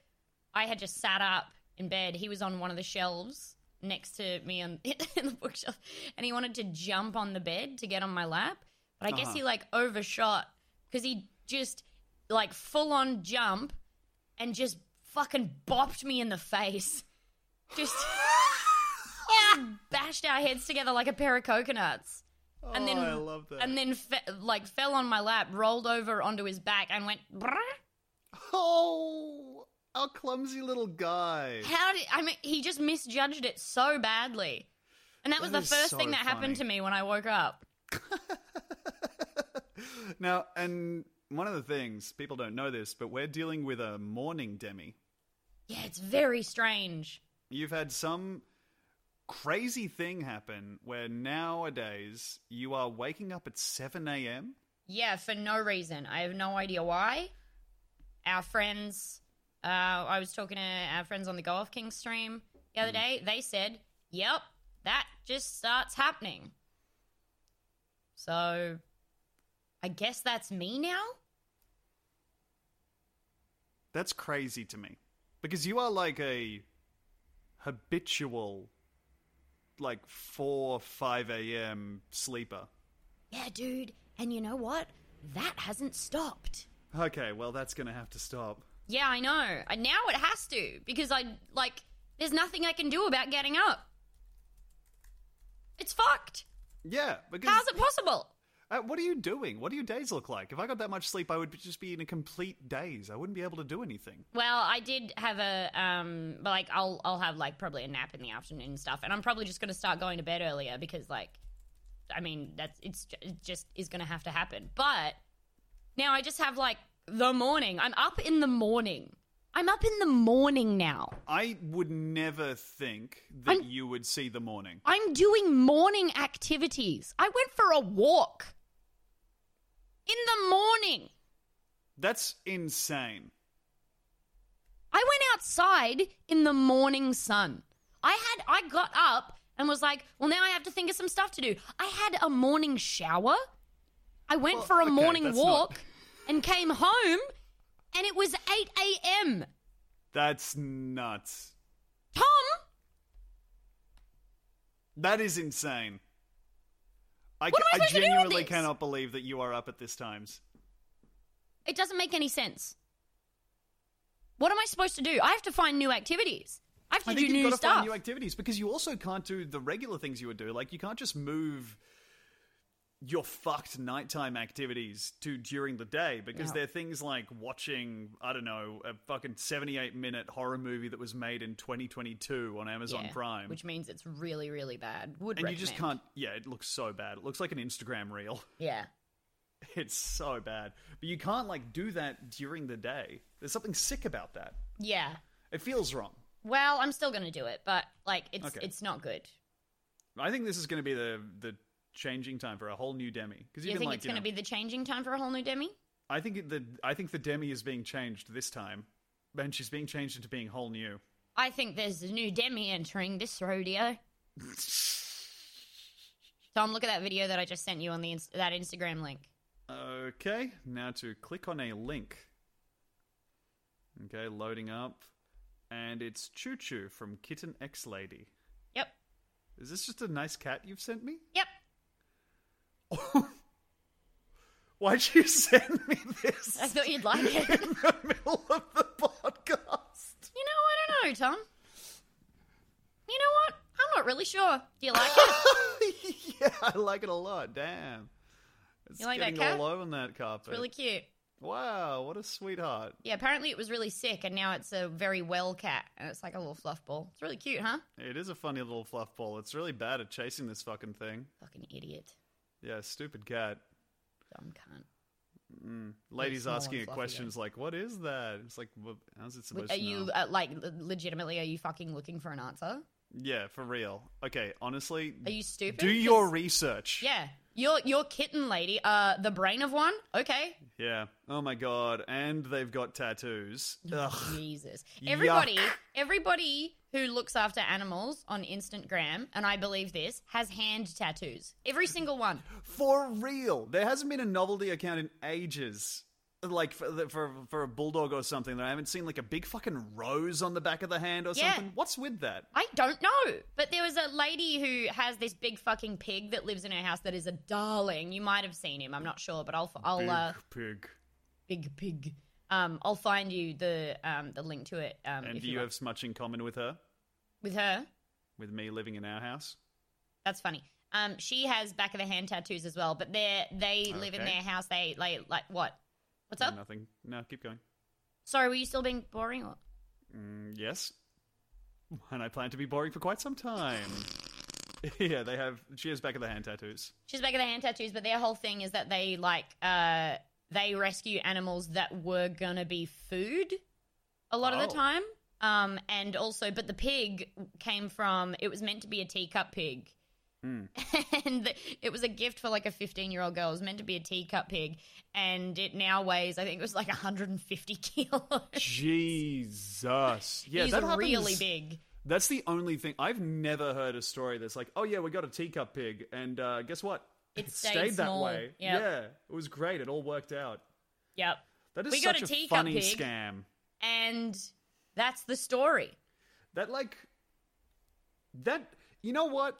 Speaker 3: I had just sat up in bed. He was on one of the shelves next to me on in the bookshelf, and he wanted to jump on the bed to get on my lap, but I
Speaker 5: Uh-huh.
Speaker 3: guess he like overshot because he just like full on jump and just fucking bopped me in the face. Just. just bashed our heads together like a pair of coconuts and then
Speaker 5: oh, I love that.
Speaker 3: and then fe- like fell on my lap, rolled over onto his back, and went. "Brrr."
Speaker 5: oh, our clumsy little guy.
Speaker 3: How did I mean? He just misjudged it so badly, and that was
Speaker 5: That
Speaker 3: the
Speaker 5: is
Speaker 3: first
Speaker 5: so
Speaker 3: thing that happened to
Speaker 5: funny.
Speaker 3: me when I woke up.
Speaker 5: Now, and one of the things people don't know this, but we're dealing with a morning demi.
Speaker 3: Yeah, it's very strange.
Speaker 5: You've had some crazy thing happen where nowadays you are waking up at 7 a.m.
Speaker 3: Yeah, for no reason. I have no idea why. Our friends, uh, I was talking to our friends on the Go Off King stream the other day. They said, "Yep, that just starts happening." So, I guess that's me now.
Speaker 5: That's crazy to me. Because you are like a habitual, like 4, 5 a.m. sleeper.
Speaker 3: Yeah, dude. And you know what? That hasn't stopped.
Speaker 5: Okay, well, that's going to have to stop.
Speaker 3: Yeah, I know. And now it has to because I like there's nothing I can do about getting up. It's fucked.
Speaker 5: Yeah, because.
Speaker 3: How's it possible?
Speaker 5: Uh, what are you doing? What do your days look like? If I got that much sleep, I would be- just be in a complete daze. I wouldn't be able to do anything.
Speaker 3: Well, I did have a um but like I'll I'll have like probably a nap in the afternoon and stuff and I'm probably just going to start going to bed earlier because like I mean, that's it's ju- it just is going to have to happen. But now I just have like the morning. I'm up in the morning. I'm up in the morning now.
Speaker 5: I would never think that
Speaker 3: I'm-
Speaker 5: you would see the morning.
Speaker 3: I'm doing morning activities. I went for a walk in the morning.
Speaker 5: That's insane.
Speaker 3: I went outside in the morning sun. I had I got up and was like, "Well, now I have to think of some stuff to do." I had a morning shower. I went
Speaker 5: Well,
Speaker 3: for a
Speaker 5: okay,
Speaker 3: morning
Speaker 5: that's
Speaker 3: walk
Speaker 5: not-
Speaker 3: and came home and it was 8 a.m.
Speaker 5: That's nuts.
Speaker 3: Tom,
Speaker 5: That is insane. I,
Speaker 3: What
Speaker 5: ca-
Speaker 3: am I supposed to do with
Speaker 5: genuinely
Speaker 3: this?
Speaker 5: cannot believe that you are up at this times.
Speaker 3: it doesn't make any sense. What am I supposed to do? I have to find new activities. I have to
Speaker 5: I
Speaker 3: do
Speaker 5: think
Speaker 3: new
Speaker 5: you've got to
Speaker 3: stuff.
Speaker 5: find new activities because you also can't do the regular things you would do. Like you can't just move your fucked nighttime activities to during the day because
Speaker 3: No.
Speaker 5: they're things like watching I don't know a fucking seventy-eight minute horror movie that was made in twenty twenty-two on Amazon
Speaker 3: Yeah,
Speaker 5: Prime,
Speaker 3: which means it's really, really bad. Would
Speaker 5: and you just
Speaker 3: recommend.
Speaker 5: can't. Yeah, it looks so bad. It looks like an Instagram reel.
Speaker 3: Yeah,
Speaker 5: It's so bad, but you can't like do that during the day. There's something sick about that.
Speaker 3: yeah.
Speaker 5: It feels wrong.
Speaker 3: Well, I'm still gonna do it, but like, it's
Speaker 5: Okay.
Speaker 3: it's not good.
Speaker 5: I think this is going to be the the changing time for a whole new demi because
Speaker 3: Do you
Speaker 5: even
Speaker 3: think
Speaker 5: like
Speaker 3: it's
Speaker 5: you
Speaker 3: gonna
Speaker 5: know,
Speaker 3: be the changing time for a whole new demi?
Speaker 5: I think the I think the demi is being changed this time, and she's being changed into being whole new.
Speaker 3: I think there's a new demi entering this rodeo. Tom, look at that video that I just sent you on the ins- that Instagram link.
Speaker 5: Okay, now to click on a link. Okay, loading up, and it's Choo Choo from Kitten X Lady.
Speaker 3: Yep,
Speaker 5: Is this just a nice cat you've sent me?
Speaker 3: yep.
Speaker 5: Why'd you send me this
Speaker 3: I thought you'd like it. you know, I
Speaker 5: in the middle of the podcast?
Speaker 3: don't know, Tom. You know what? I'm not really sure. Do you like it?
Speaker 5: yeah, I like it a lot. Damn. It's
Speaker 3: You like that
Speaker 5: getting
Speaker 3: cat?
Speaker 5: all over that carpet.
Speaker 3: it's really cute.
Speaker 5: Wow, what a sweetheart.
Speaker 3: Yeah, apparently it was really sick, and now it's a very well cat, and it's like a little fluff ball. It's really cute, huh?
Speaker 5: It is a funny little fluff ball. It's really bad at chasing this fucking thing.
Speaker 3: Fucking idiot,
Speaker 5: Yeah, stupid cat.
Speaker 3: dumb cunt.
Speaker 5: Ladies
Speaker 3: small
Speaker 5: asking
Speaker 3: and
Speaker 5: it
Speaker 3: fluffy,
Speaker 5: questions like, "What is that?" It's like, well, "How's it supposed
Speaker 3: Are
Speaker 5: to?" know?
Speaker 3: you uh, like le- legitimately? Are you fucking looking for an answer?
Speaker 5: Yeah, for real. Okay, honestly,
Speaker 3: Are you stupid?
Speaker 5: do
Speaker 3: 'Cause-
Speaker 5: your research.
Speaker 3: yeah. Your your kitten lady, uh, the brain of one. Okay,
Speaker 5: Yeah. Oh my god, and they've got tattoos. Ugh.
Speaker 3: Jesus.
Speaker 5: Yuck.
Speaker 3: Everybody, everybody who looks after animals on Instagram, and I believe this, has hand tattoos. Every single one.
Speaker 5: For real, there hasn't been a novelty account in ages. Like for, the- for for a bulldog or something that I haven't seen, like a big fucking rose on the back of the hand or
Speaker 3: Yeah.
Speaker 5: something. What's with that?
Speaker 3: I don't know. But there was a lady who has this big fucking pig that lives in her house that is a darling. You might have seen him. I'm not sure, but I'll I'll uh,
Speaker 5: pig.
Speaker 3: big pig. Um, I'll find you the um the link to it. Um,
Speaker 5: And
Speaker 3: if
Speaker 5: do you
Speaker 3: want.
Speaker 5: have much in common with her?
Speaker 3: with her?
Speaker 5: With me living in our house?
Speaker 3: That's funny. Um, she has back of the hand tattoos as well, but they are they live in
Speaker 5: Okay.
Speaker 3: their house. They like like what? What's up?
Speaker 5: Nothing. No, keep going.
Speaker 3: Sorry, were you still being boring? Or?
Speaker 5: Yes. And I plan to be boring for quite some time. yeah, they have. She has back of the hand tattoos.
Speaker 3: She's back of the hand tattoos, but their whole thing is that they like uh they rescue animals that were gonna be food a lot of the
Speaker 5: Oh.
Speaker 3: time. Um and also but the pig came from it was meant to be a teacup pig.
Speaker 5: Hmm.
Speaker 3: And the- it was a gift for like a 15 year old girl. It was meant to be a teacup pig. And it now weighs, I think it was like 150 kilos.
Speaker 5: Jesus. Yeah,
Speaker 3: He's
Speaker 5: that happens-
Speaker 3: really big.
Speaker 5: That's the only thing I've never heard a story that's like, oh yeah, we got a teacup pig, and uh, guess what?
Speaker 3: It stayed small.
Speaker 5: that way.
Speaker 3: Yep.
Speaker 5: Yeah, it was great. It all worked out.
Speaker 3: Yep.
Speaker 5: That is
Speaker 3: We got
Speaker 5: such
Speaker 3: a
Speaker 5: a,
Speaker 3: teacup
Speaker 5: funny
Speaker 3: pig.
Speaker 5: scam.
Speaker 3: And that's the story.
Speaker 5: That like that. You know what?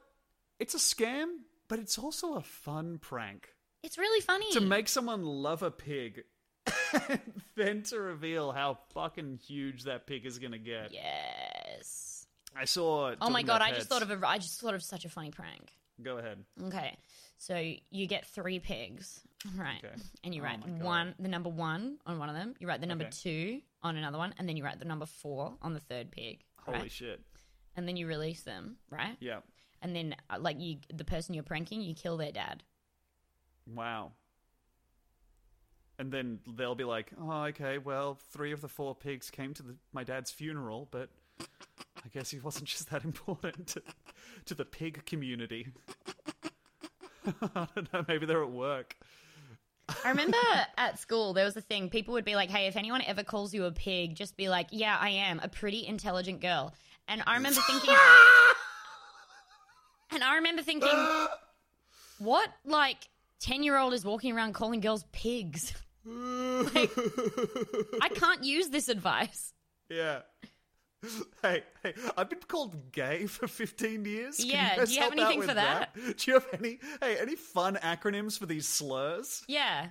Speaker 5: It's a scam, but it's also a fun prank
Speaker 3: It's really funny.
Speaker 5: to make someone love a pig, and then to reveal how fucking huge that pig is gonna get.
Speaker 3: yes.
Speaker 5: I saw.
Speaker 3: Oh my
Speaker 5: talking
Speaker 3: god,
Speaker 5: about
Speaker 3: I just
Speaker 5: pets.
Speaker 3: thought of a I just thought of such a funny prank.
Speaker 5: Go ahead.
Speaker 3: Okay. So you get three pigs, right?
Speaker 5: Okay.
Speaker 3: And you
Speaker 5: Oh
Speaker 3: write
Speaker 5: my God.
Speaker 3: one the number 1 on one of them, you write the number 2
Speaker 5: Okay.
Speaker 3: on another one, and then you write the number 4 on the third pig,
Speaker 5: Holy
Speaker 3: right?
Speaker 5: shit.
Speaker 3: and then you release them, right?
Speaker 5: Yeah.
Speaker 3: And then uh, like you the person you're pranking, you kill their dad.
Speaker 5: Wow. And then they'll be like, "Oh, okay. Well, three of the four pigs came to the, my dad's funeral, but I guess he wasn't just that important to, to the pig community." I don't know. Maybe they're at work.
Speaker 3: I remember at school there was a thing. People would be like, "Hey, if anyone ever calls you a pig, just be like, yeah, I am a pretty intelligent girl." And I remember thinking, and I remember thinking, what like ten year old is walking around calling girls pigs? Like, I can't use this advice.
Speaker 5: Yeah. Hey, hey, I've been called gay for 15 years. Can
Speaker 3: Yeah,
Speaker 5: guys
Speaker 3: do you have
Speaker 5: help out
Speaker 3: anything
Speaker 5: with
Speaker 3: for that?
Speaker 5: Do you have any, hey, any fun acronyms for these slurs?
Speaker 3: Yeah,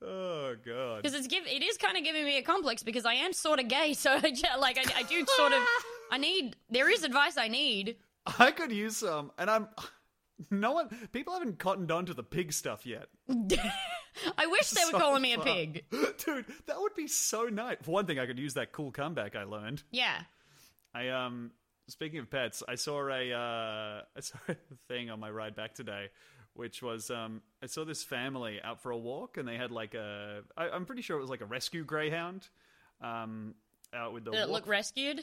Speaker 5: Oh, God.
Speaker 3: because it's give it is kind of giving me a complex because I am sort of gay, so I, ju- like I, I do sort of I need there is advice I need.
Speaker 5: I could use some, and I'm. No one. People haven't cottoned on to the pig stuff yet.
Speaker 3: I wish they were
Speaker 5: So
Speaker 3: calling me a
Speaker 5: far.
Speaker 3: pig.
Speaker 5: Dude, that would be so nice. For one thing, I could use that cool comeback I learned.
Speaker 3: Yeah.
Speaker 5: I, um. Speaking of pets, I saw a uh, I saw a thing on my ride back today, which was um, I saw this family out for a walk, and they had like a I, I'm pretty sure it was like a rescue greyhound, um, out with the
Speaker 3: Did it
Speaker 5: walk-
Speaker 3: look rescued?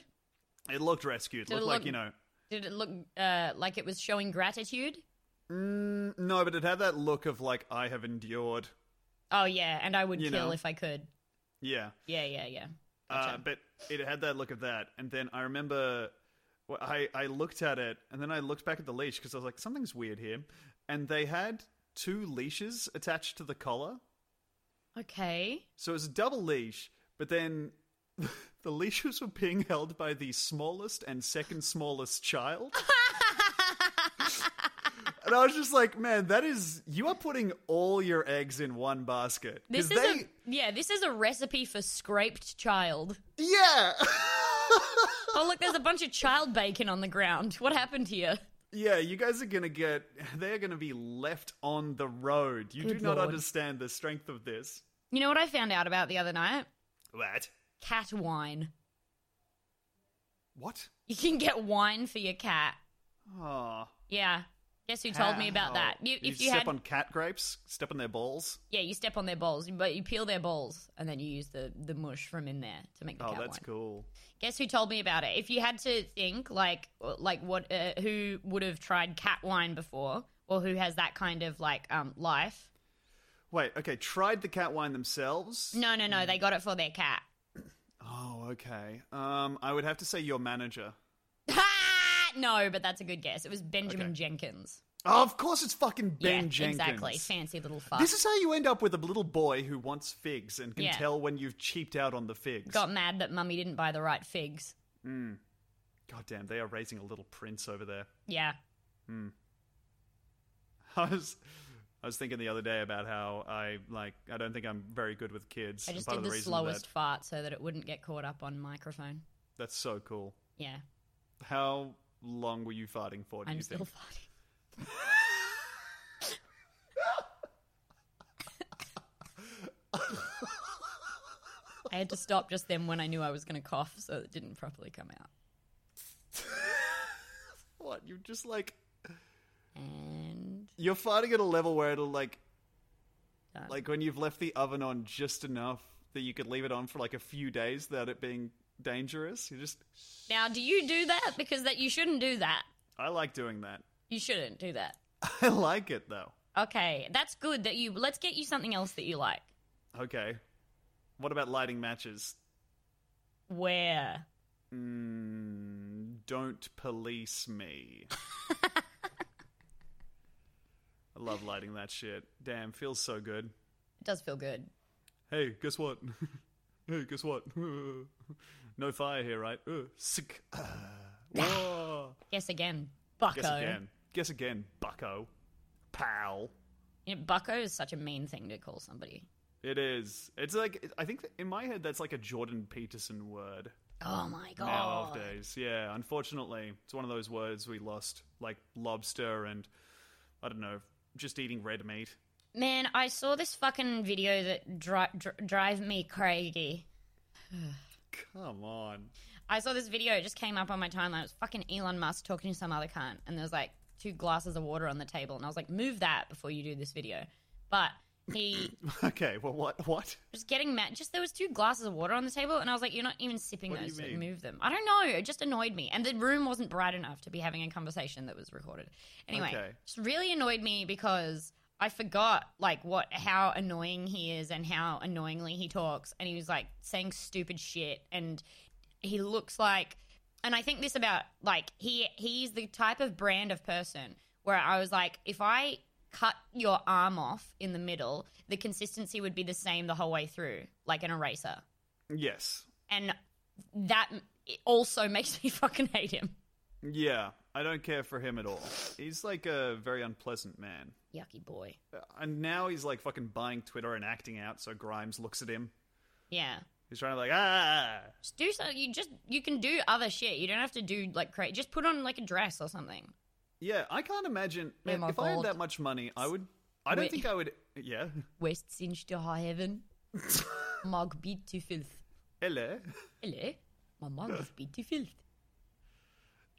Speaker 5: it looked rescued,
Speaker 3: Did it
Speaker 5: looked like
Speaker 3: look-
Speaker 5: you know
Speaker 3: Did it look uh, like it was showing gratitude?
Speaker 5: Mm, no, but it had that look of like I have endured,
Speaker 3: Oh yeah, and I would
Speaker 5: You
Speaker 3: kill
Speaker 5: know.
Speaker 3: if I could.
Speaker 5: yeah.
Speaker 3: Yeah, yeah, yeah.
Speaker 5: Uh, but it had that look of that, and then I remember well, I I looked at it, and then I looked back at the leash because I was like, something's weird here, and they had two leashes attached to the collar,
Speaker 3: Okay.
Speaker 5: so it was a double leash, but then. The leashes were being held by the smallest and second smallest child. and I was just like, man, that is, you are putting all your eggs in one basket. 'Cause
Speaker 3: This is
Speaker 5: they,
Speaker 3: a yeah. This is a recipe for scraped child.
Speaker 5: Yeah.
Speaker 3: Oh look, there's a bunch of child bacon on the ground. What happened here?
Speaker 5: yeah, you guys are going to get they're going to be left on the road. You
Speaker 3: Good
Speaker 5: do not
Speaker 3: lord.
Speaker 5: understand the strength of this.
Speaker 3: You know what I found out about the other night?
Speaker 5: What?
Speaker 3: Cat wine.
Speaker 5: What?
Speaker 3: You can get wine for your cat.
Speaker 5: Oh.
Speaker 3: Yeah. Guess who told me about that? You, if you,
Speaker 5: step
Speaker 3: had,
Speaker 5: on cat grapes, step on their balls.
Speaker 3: yeah, you step on their balls, but you peel their balls, and then you use the the mush from in there to make the
Speaker 5: Oh,
Speaker 3: cat
Speaker 5: that's
Speaker 3: wine.
Speaker 5: cool.
Speaker 3: Guess who told me about it? If you had to think, like, like what, uh, who would have tried cat wine before, or who has that kind of like um life?
Speaker 5: Wait, okay, tried the cat wine themselves?
Speaker 3: No, no, no. They got it for their cat.
Speaker 5: Oh, okay. Um I would have to say your manager.
Speaker 3: Ha! no, but that's a good guess. It was Benjamin
Speaker 5: Okay.
Speaker 3: Jenkins.
Speaker 5: Oh, of course it's fucking Ben
Speaker 3: yeah,
Speaker 5: Jenkins.
Speaker 3: exactly. Fancy little fuck.
Speaker 5: This is how you end up with a little boy who wants figs and can
Speaker 3: Yeah.
Speaker 5: tell when you've cheaped out on the figs.
Speaker 3: got mad that mummy didn't buy the right figs.
Speaker 5: Mm. God damn, they are raising a little prince over there.
Speaker 3: Yeah.
Speaker 5: I was I was thinking the other day about how I like I don't think I'm very good with kids.
Speaker 3: I
Speaker 5: and
Speaker 3: just
Speaker 5: part
Speaker 3: did
Speaker 5: of
Speaker 3: the,
Speaker 5: reason
Speaker 3: slowest
Speaker 5: That,
Speaker 3: fart so that it wouldn't get caught up on microphone.
Speaker 5: that's so cool.
Speaker 3: Yeah.
Speaker 5: How long were you farting for? Do
Speaker 3: I'm
Speaker 5: you
Speaker 3: still
Speaker 5: think?
Speaker 3: farting. I had to stop just then when I knew I was going to cough, so it didn't properly come out.
Speaker 5: What? You're just like
Speaker 3: And
Speaker 5: you're farting at a level where it'll like,
Speaker 3: Done.
Speaker 5: like when you've left the oven on just enough that you could leave it on for like a few days without it being dangerous. You just,
Speaker 3: now, do you do that? Because that you shouldn't do that.
Speaker 5: I like doing that.
Speaker 3: You shouldn't do that.
Speaker 5: I like it though.
Speaker 3: Okay, that's good that you. Let's get you something else that you like.
Speaker 5: Okay. What about lighting matches?
Speaker 3: Where?
Speaker 5: Mm, don't police me. I love lighting that shit. Damn, feels so good.
Speaker 3: It does feel good.
Speaker 5: Hey, guess what? hey, guess what? no fire here, right? Uh, sick. Ah.
Speaker 3: Guess again. Bucko.
Speaker 5: Guess again. Guess again, bucko. Pal.
Speaker 3: You know, bucko is such a mean thing to call somebody.
Speaker 5: It is. It's like, I think in my head, that's like a Jordan Peterson word.
Speaker 3: Oh my god.
Speaker 5: nowadays. Yeah, unfortunately, it's one of those words we lost, like lobster and I don't know, just eating red meat.
Speaker 3: Man, I saw this fucking video that dri- dr- drive me crazy.
Speaker 5: Come on,
Speaker 3: I saw this video, it just came up on my timeline. It was fucking Elon Musk talking to some other cunt, and there was like two glasses of water on the table, and I was like, move that before you do this video. But he
Speaker 5: okay. Well, what? What?
Speaker 3: was getting mad. Just there was two glasses of water on the table, and I was like, you're not even sipping
Speaker 5: What do you
Speaker 3: those, so
Speaker 5: mean?
Speaker 3: move them. I don't know, it just annoyed me. And the room wasn't bright enough to be having a conversation that was recorded. Anyway,
Speaker 5: Okay.
Speaker 3: just really annoyed me because I forgot like what how annoying he is and how annoyingly he talks and he was like saying stupid shit and he looks like and I think this about like he he's the type of brand of person where I was like if I cut your arm off in the middle the consistency would be the same the whole way through like an eraser
Speaker 5: Yes.
Speaker 3: and that it also makes me fucking hate him
Speaker 5: Yeah. I don't care for him at all. He's like a very unpleasant man.
Speaker 3: yucky boy
Speaker 5: And now he's like fucking buying Twitter and acting out. So Grimes looks at him.
Speaker 3: yeah
Speaker 5: He's trying to like ah.
Speaker 3: Just do something. You just you can do other shit. You don't have to do like crazy. Just put on like a dress or something.
Speaker 5: Yeah, I can't imagine.
Speaker 3: Yeah,
Speaker 5: Man,
Speaker 3: my
Speaker 5: if I had
Speaker 3: fault.
Speaker 5: that much money, I would. I don't
Speaker 3: Wait.
Speaker 5: think I would. Yeah.
Speaker 3: West singed to high heaven. Mug beat to filth.
Speaker 5: Hello.
Speaker 3: Hello, my mug is beat to filth.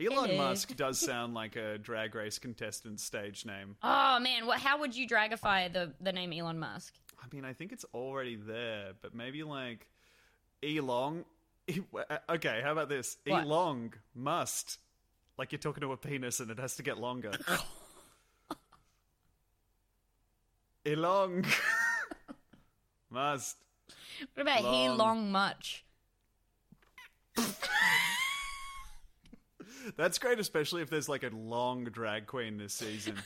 Speaker 5: Elon
Speaker 3: Hello.
Speaker 5: Musk does sound like a drag race contestant stage name.
Speaker 3: Oh man, what? How would you dragify the the name Elon Musk?
Speaker 5: I mean, I think it's already there, but maybe like Elon. E- Okay, how about this?
Speaker 3: What?
Speaker 5: Elong must. Like you're talking to a penis and it has to get longer. Elong must.
Speaker 3: What about he
Speaker 5: Long.
Speaker 3: long much?
Speaker 5: That's great, especially if there's like a long drag queen this season.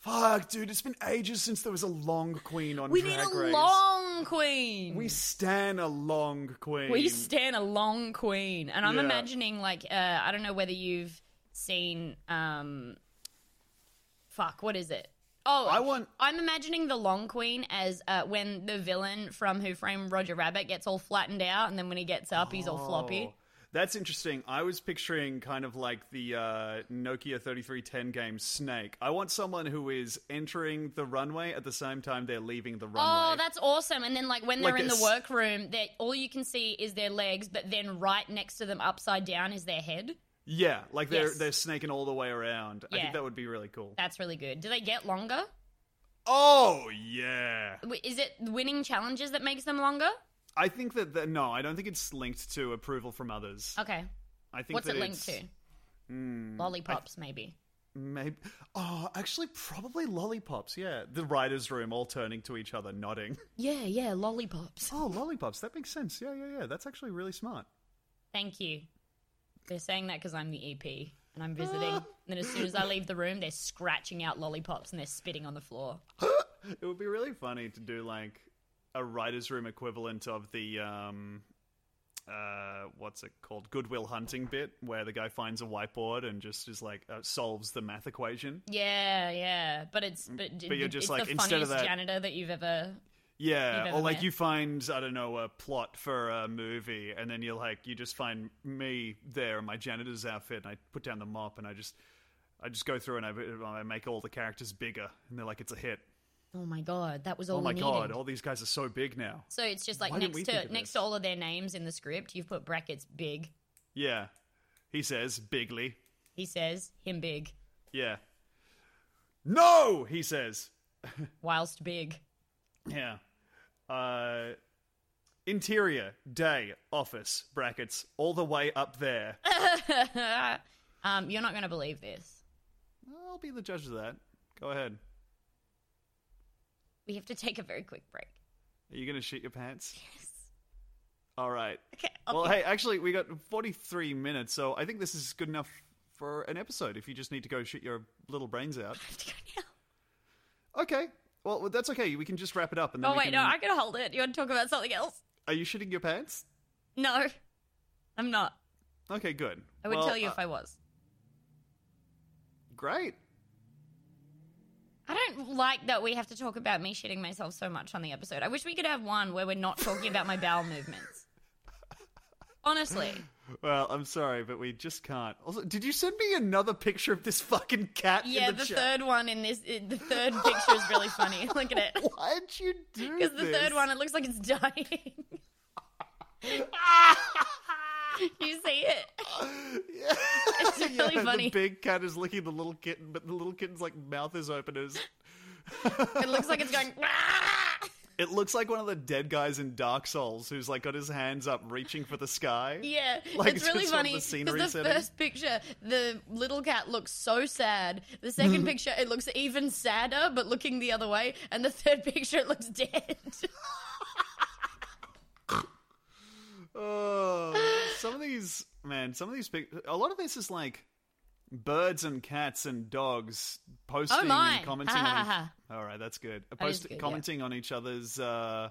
Speaker 5: Fuck, dude, it's been ages since there was a long queen on
Speaker 3: We
Speaker 5: Drag
Speaker 3: need a
Speaker 5: Race.
Speaker 3: long queen.
Speaker 5: We stan a long queen.
Speaker 3: We stand a long queen, and I'm
Speaker 5: Yeah.
Speaker 3: imagining like uh, I don't know whether you've seen um, fuck, what is it? Oh,
Speaker 5: I want-
Speaker 3: I'm imagining the long queen as uh, when the villain from Who Framed Roger Rabbit gets all flattened out, and then when he gets up, he's all floppy.
Speaker 5: Oh, That's interesting. I was picturing kind of like the uh, Nokia 3310 game Snake. I want someone who is entering the runway at the same time they're leaving the runway.
Speaker 3: Oh, that's awesome! And then, like when they're
Speaker 5: Like
Speaker 3: in the
Speaker 5: this.
Speaker 3: workroom, that all you can see is their legs, but then right next to them, upside down, is their head.
Speaker 5: yeah, like they're
Speaker 3: Yes.
Speaker 5: they're snaking all the way around. I
Speaker 3: Yeah.
Speaker 5: think that would be really cool.
Speaker 3: That's really good. Do they get longer?
Speaker 5: oh yeah.
Speaker 3: W- Is it winning challenges that makes them longer?
Speaker 5: I think that the, no, I don't think it's linked to approval from others.
Speaker 3: Okay.
Speaker 5: I think
Speaker 3: Uh, What's
Speaker 5: that
Speaker 3: it linked
Speaker 5: it's- Hmm.
Speaker 3: to? Lollipops, maybe.
Speaker 5: Maybe. Oh, actually, probably lollipops. Yeah, the writers' room all turning to each other, nodding.
Speaker 3: Yeah, yeah, lollipops.
Speaker 5: Oh, lollipops. That makes sense. Yeah, yeah, yeah. That's actually really smart.
Speaker 3: Thank you. They're saying that because I'm the EP and I'm visiting. and then as soon as I leave the room, they're scratching out lollipops and they're spitting on the floor.
Speaker 5: It would be really funny to do like a writers' room equivalent of the um, uh, what's it called? Goodwill Hunting bit, where the guy finds a whiteboard and just is like uh, solves the math equation.
Speaker 3: Yeah, yeah, but it's but,
Speaker 5: Mm, But you're just
Speaker 3: it's
Speaker 5: like,
Speaker 3: the
Speaker 5: instead of
Speaker 3: funniest
Speaker 5: that-
Speaker 3: janitor that you've ever. You've
Speaker 5: Yeah,
Speaker 3: ever
Speaker 5: or like
Speaker 3: met.
Speaker 5: you find I don't know a plot for a movie, and then you're like you just find me there in my janitor's outfit, and I put down the mop, and I just I just go through and I, I make all the characters bigger, and they're like it's a hit.
Speaker 3: Oh my god, that was all.
Speaker 5: Oh my
Speaker 3: we
Speaker 5: god,
Speaker 3: needed.
Speaker 5: all these guys are so big now.
Speaker 3: So it's just like
Speaker 5: Why didn't we
Speaker 3: next
Speaker 5: think
Speaker 3: to
Speaker 5: of
Speaker 3: next
Speaker 5: this?
Speaker 3: to all of their names in the script, you've put brackets big.
Speaker 5: Yeah. He says, bigly.
Speaker 3: He says him big,
Speaker 5: Yeah. No, he says.
Speaker 3: whilst big.
Speaker 5: Yeah. Uh interior, day, office, brackets, all the way up there.
Speaker 3: Um, you're not going to believe this.
Speaker 5: I'll be the judge of that. Go ahead.
Speaker 3: We have to take a very quick break.
Speaker 5: Are you gonna shit your pants? Yes. All right.
Speaker 3: Okay.
Speaker 5: Well,
Speaker 3: okay.
Speaker 5: hey, actually, we got 43 minutes, so I think this is good enough for an episode if you just need to go shoot your little brains out.
Speaker 3: I have to go now.
Speaker 5: Okay. Well, that's okay. We can just wrap it up and then
Speaker 3: Oh
Speaker 5: we
Speaker 3: wait,
Speaker 5: can...
Speaker 3: no, I can hold it. You want to talk about something else?
Speaker 5: Are you shitting your pants?
Speaker 3: No, I'm not.
Speaker 5: Okay, good.
Speaker 3: I would
Speaker 5: Well,
Speaker 3: tell you
Speaker 5: uh,
Speaker 3: if I was.
Speaker 5: Great.
Speaker 3: I don't like that we have to talk about me shitting myself so much on the episode. I wish we could have one where we're not talking about my bowel movements. Honestly,
Speaker 5: Well, I'm sorry, but we just can't. Also, did you send me another picture of this fucking cat? in
Speaker 3: yeah, the,
Speaker 5: the, chat?
Speaker 3: third one in this, in the third picture is really funny. Look at it.
Speaker 5: Why'd you do
Speaker 3: Because the
Speaker 5: this?
Speaker 3: third one, it looks like it's dying. you see it?
Speaker 5: Yeah.
Speaker 3: It's really
Speaker 5: Yeah,
Speaker 3: funny.
Speaker 5: The big cat is licking the little kitten, but the little kitten's like mouth is open. As
Speaker 3: It looks like it's going. "Wah!"
Speaker 5: it looks like one of the dead guys in Dark Souls who's like got his hands up, reaching for the sky.
Speaker 3: Yeah,
Speaker 5: Like,
Speaker 3: it's really
Speaker 5: just one
Speaker 3: funny
Speaker 5: of the
Speaker 3: because the,
Speaker 5: scenery settings.
Speaker 3: first picture, the little cat looks so sad. The second picture, it looks even sadder, but looking the other way. And the third picture, it looks dead.
Speaker 5: Oh, some of these, man, some of these pic A lot of this is like birds and cats and dogs posting
Speaker 3: mine.
Speaker 5: and commenting.
Speaker 3: Ha, ha,
Speaker 5: on each-
Speaker 3: ha,
Speaker 5: All right, that's good.
Speaker 3: is
Speaker 5: Post-
Speaker 3: good, yeah.
Speaker 5: commenting on each other's uh,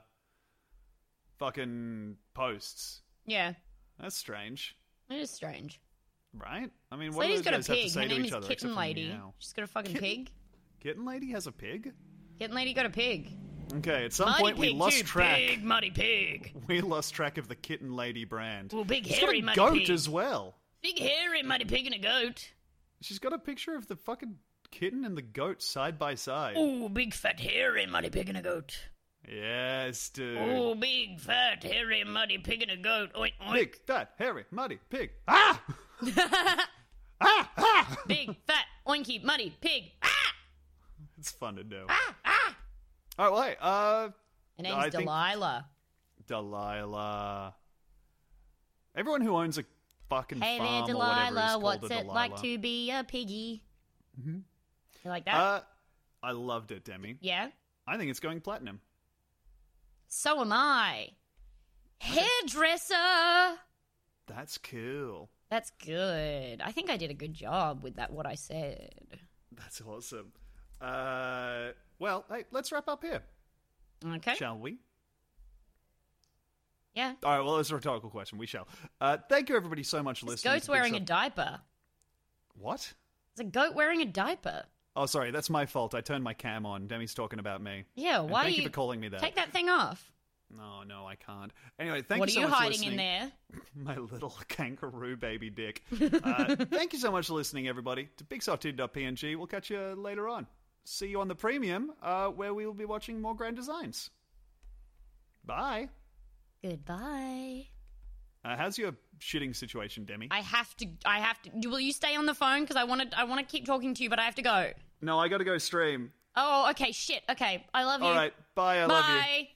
Speaker 5: fucking posts.
Speaker 3: yeah,
Speaker 5: That's strange,
Speaker 3: it is strange.
Speaker 5: right? I mean,
Speaker 3: This
Speaker 5: what do
Speaker 3: lady's
Speaker 5: those
Speaker 3: got a
Speaker 5: guys have to
Speaker 3: pig.
Speaker 5: say
Speaker 3: Her
Speaker 5: to
Speaker 3: name
Speaker 5: each
Speaker 3: is
Speaker 5: other? except
Speaker 3: Kitten
Speaker 5: for
Speaker 3: Lady.
Speaker 5: meow?
Speaker 3: She's got a fucking
Speaker 5: Kitten-
Speaker 3: pig.
Speaker 5: Kitten lady has a pig.
Speaker 3: Kitten Lady got a pig.
Speaker 5: Okay, at some
Speaker 3: muddy
Speaker 5: point
Speaker 3: pig
Speaker 5: we lost
Speaker 3: too.
Speaker 5: track.
Speaker 3: Big muddy pig.
Speaker 5: We lost track of the Kitten Lady brand.
Speaker 3: Well, big
Speaker 5: She's
Speaker 3: hairy
Speaker 5: got a
Speaker 3: muddy
Speaker 5: goat
Speaker 3: pig.
Speaker 5: as well.
Speaker 3: Big hairy muddy pig and a goat.
Speaker 5: She's got a picture of the fucking kitten and the goat side by side.
Speaker 3: Ooh, big fat hairy muddy pig and a goat.
Speaker 5: Yes, dude.
Speaker 3: Ooh, big fat hairy muddy pig and a goat. Oink oink.
Speaker 5: Big, fat, hairy, muddy pig. Ah! ah! Ah!
Speaker 3: Big fat oinky muddy pig. Ah!
Speaker 5: It's fun to know. Ah! Ah! All right, well, hey, uh,
Speaker 3: Her
Speaker 5: No,
Speaker 3: name's
Speaker 5: I think-
Speaker 3: Delilah.
Speaker 5: Delilah. Everyone who owns a fucking farm or whatever is called
Speaker 3: What's
Speaker 5: a
Speaker 3: it
Speaker 5: Delilah.
Speaker 3: like to be a piggy? You like that?
Speaker 5: Uh, I loved it, Demi.
Speaker 3: yeah.
Speaker 5: I think it's going platinum.
Speaker 3: So am I. Hairdresser.
Speaker 5: That's cool.
Speaker 3: That's good. I think I did a good job with that. What I said.
Speaker 5: That's awesome. Uh, well, hey, let's wrap up here,
Speaker 3: Okay.
Speaker 5: shall we?
Speaker 3: yeah.
Speaker 5: All right, well, it's a rhetorical question. We shall. Uh, thank you, everybody, so much for
Speaker 3: This
Speaker 5: listening.
Speaker 3: goat's
Speaker 5: to Big
Speaker 3: wearing a
Speaker 5: Stuff-
Speaker 3: diaper.
Speaker 5: What?
Speaker 3: It's a goat wearing a diaper.
Speaker 5: Oh, sorry, that's my fault. I turned my cam on. Demi's talking about me.
Speaker 3: Yeah.
Speaker 5: And
Speaker 3: Why
Speaker 5: thank
Speaker 3: are
Speaker 5: you for calling me that.
Speaker 3: Take that thing off.
Speaker 5: No, no, I can't. Anyway, thank
Speaker 3: what
Speaker 5: you so
Speaker 3: are you
Speaker 5: much for
Speaker 3: hiding in
Speaker 5: listening.
Speaker 3: there?
Speaker 5: My little kangaroo baby dick. Uh, thank you so much for listening, everybody, to BigSoft2.png. We'll catch you later on. See you on the premium, uh, where we will be watching more grand designs. Bye.
Speaker 3: Goodbye.
Speaker 5: Uh, how's your shitting situation, Demi?
Speaker 3: I have to. I have to. Will you stay on the phone? Because I want to. I want to keep talking to you, but I have to go.
Speaker 5: no, I gotta go stream.
Speaker 3: Oh, okay. Shit. Okay. I love you.
Speaker 5: All right, bye. I
Speaker 3: Bye.
Speaker 5: love you.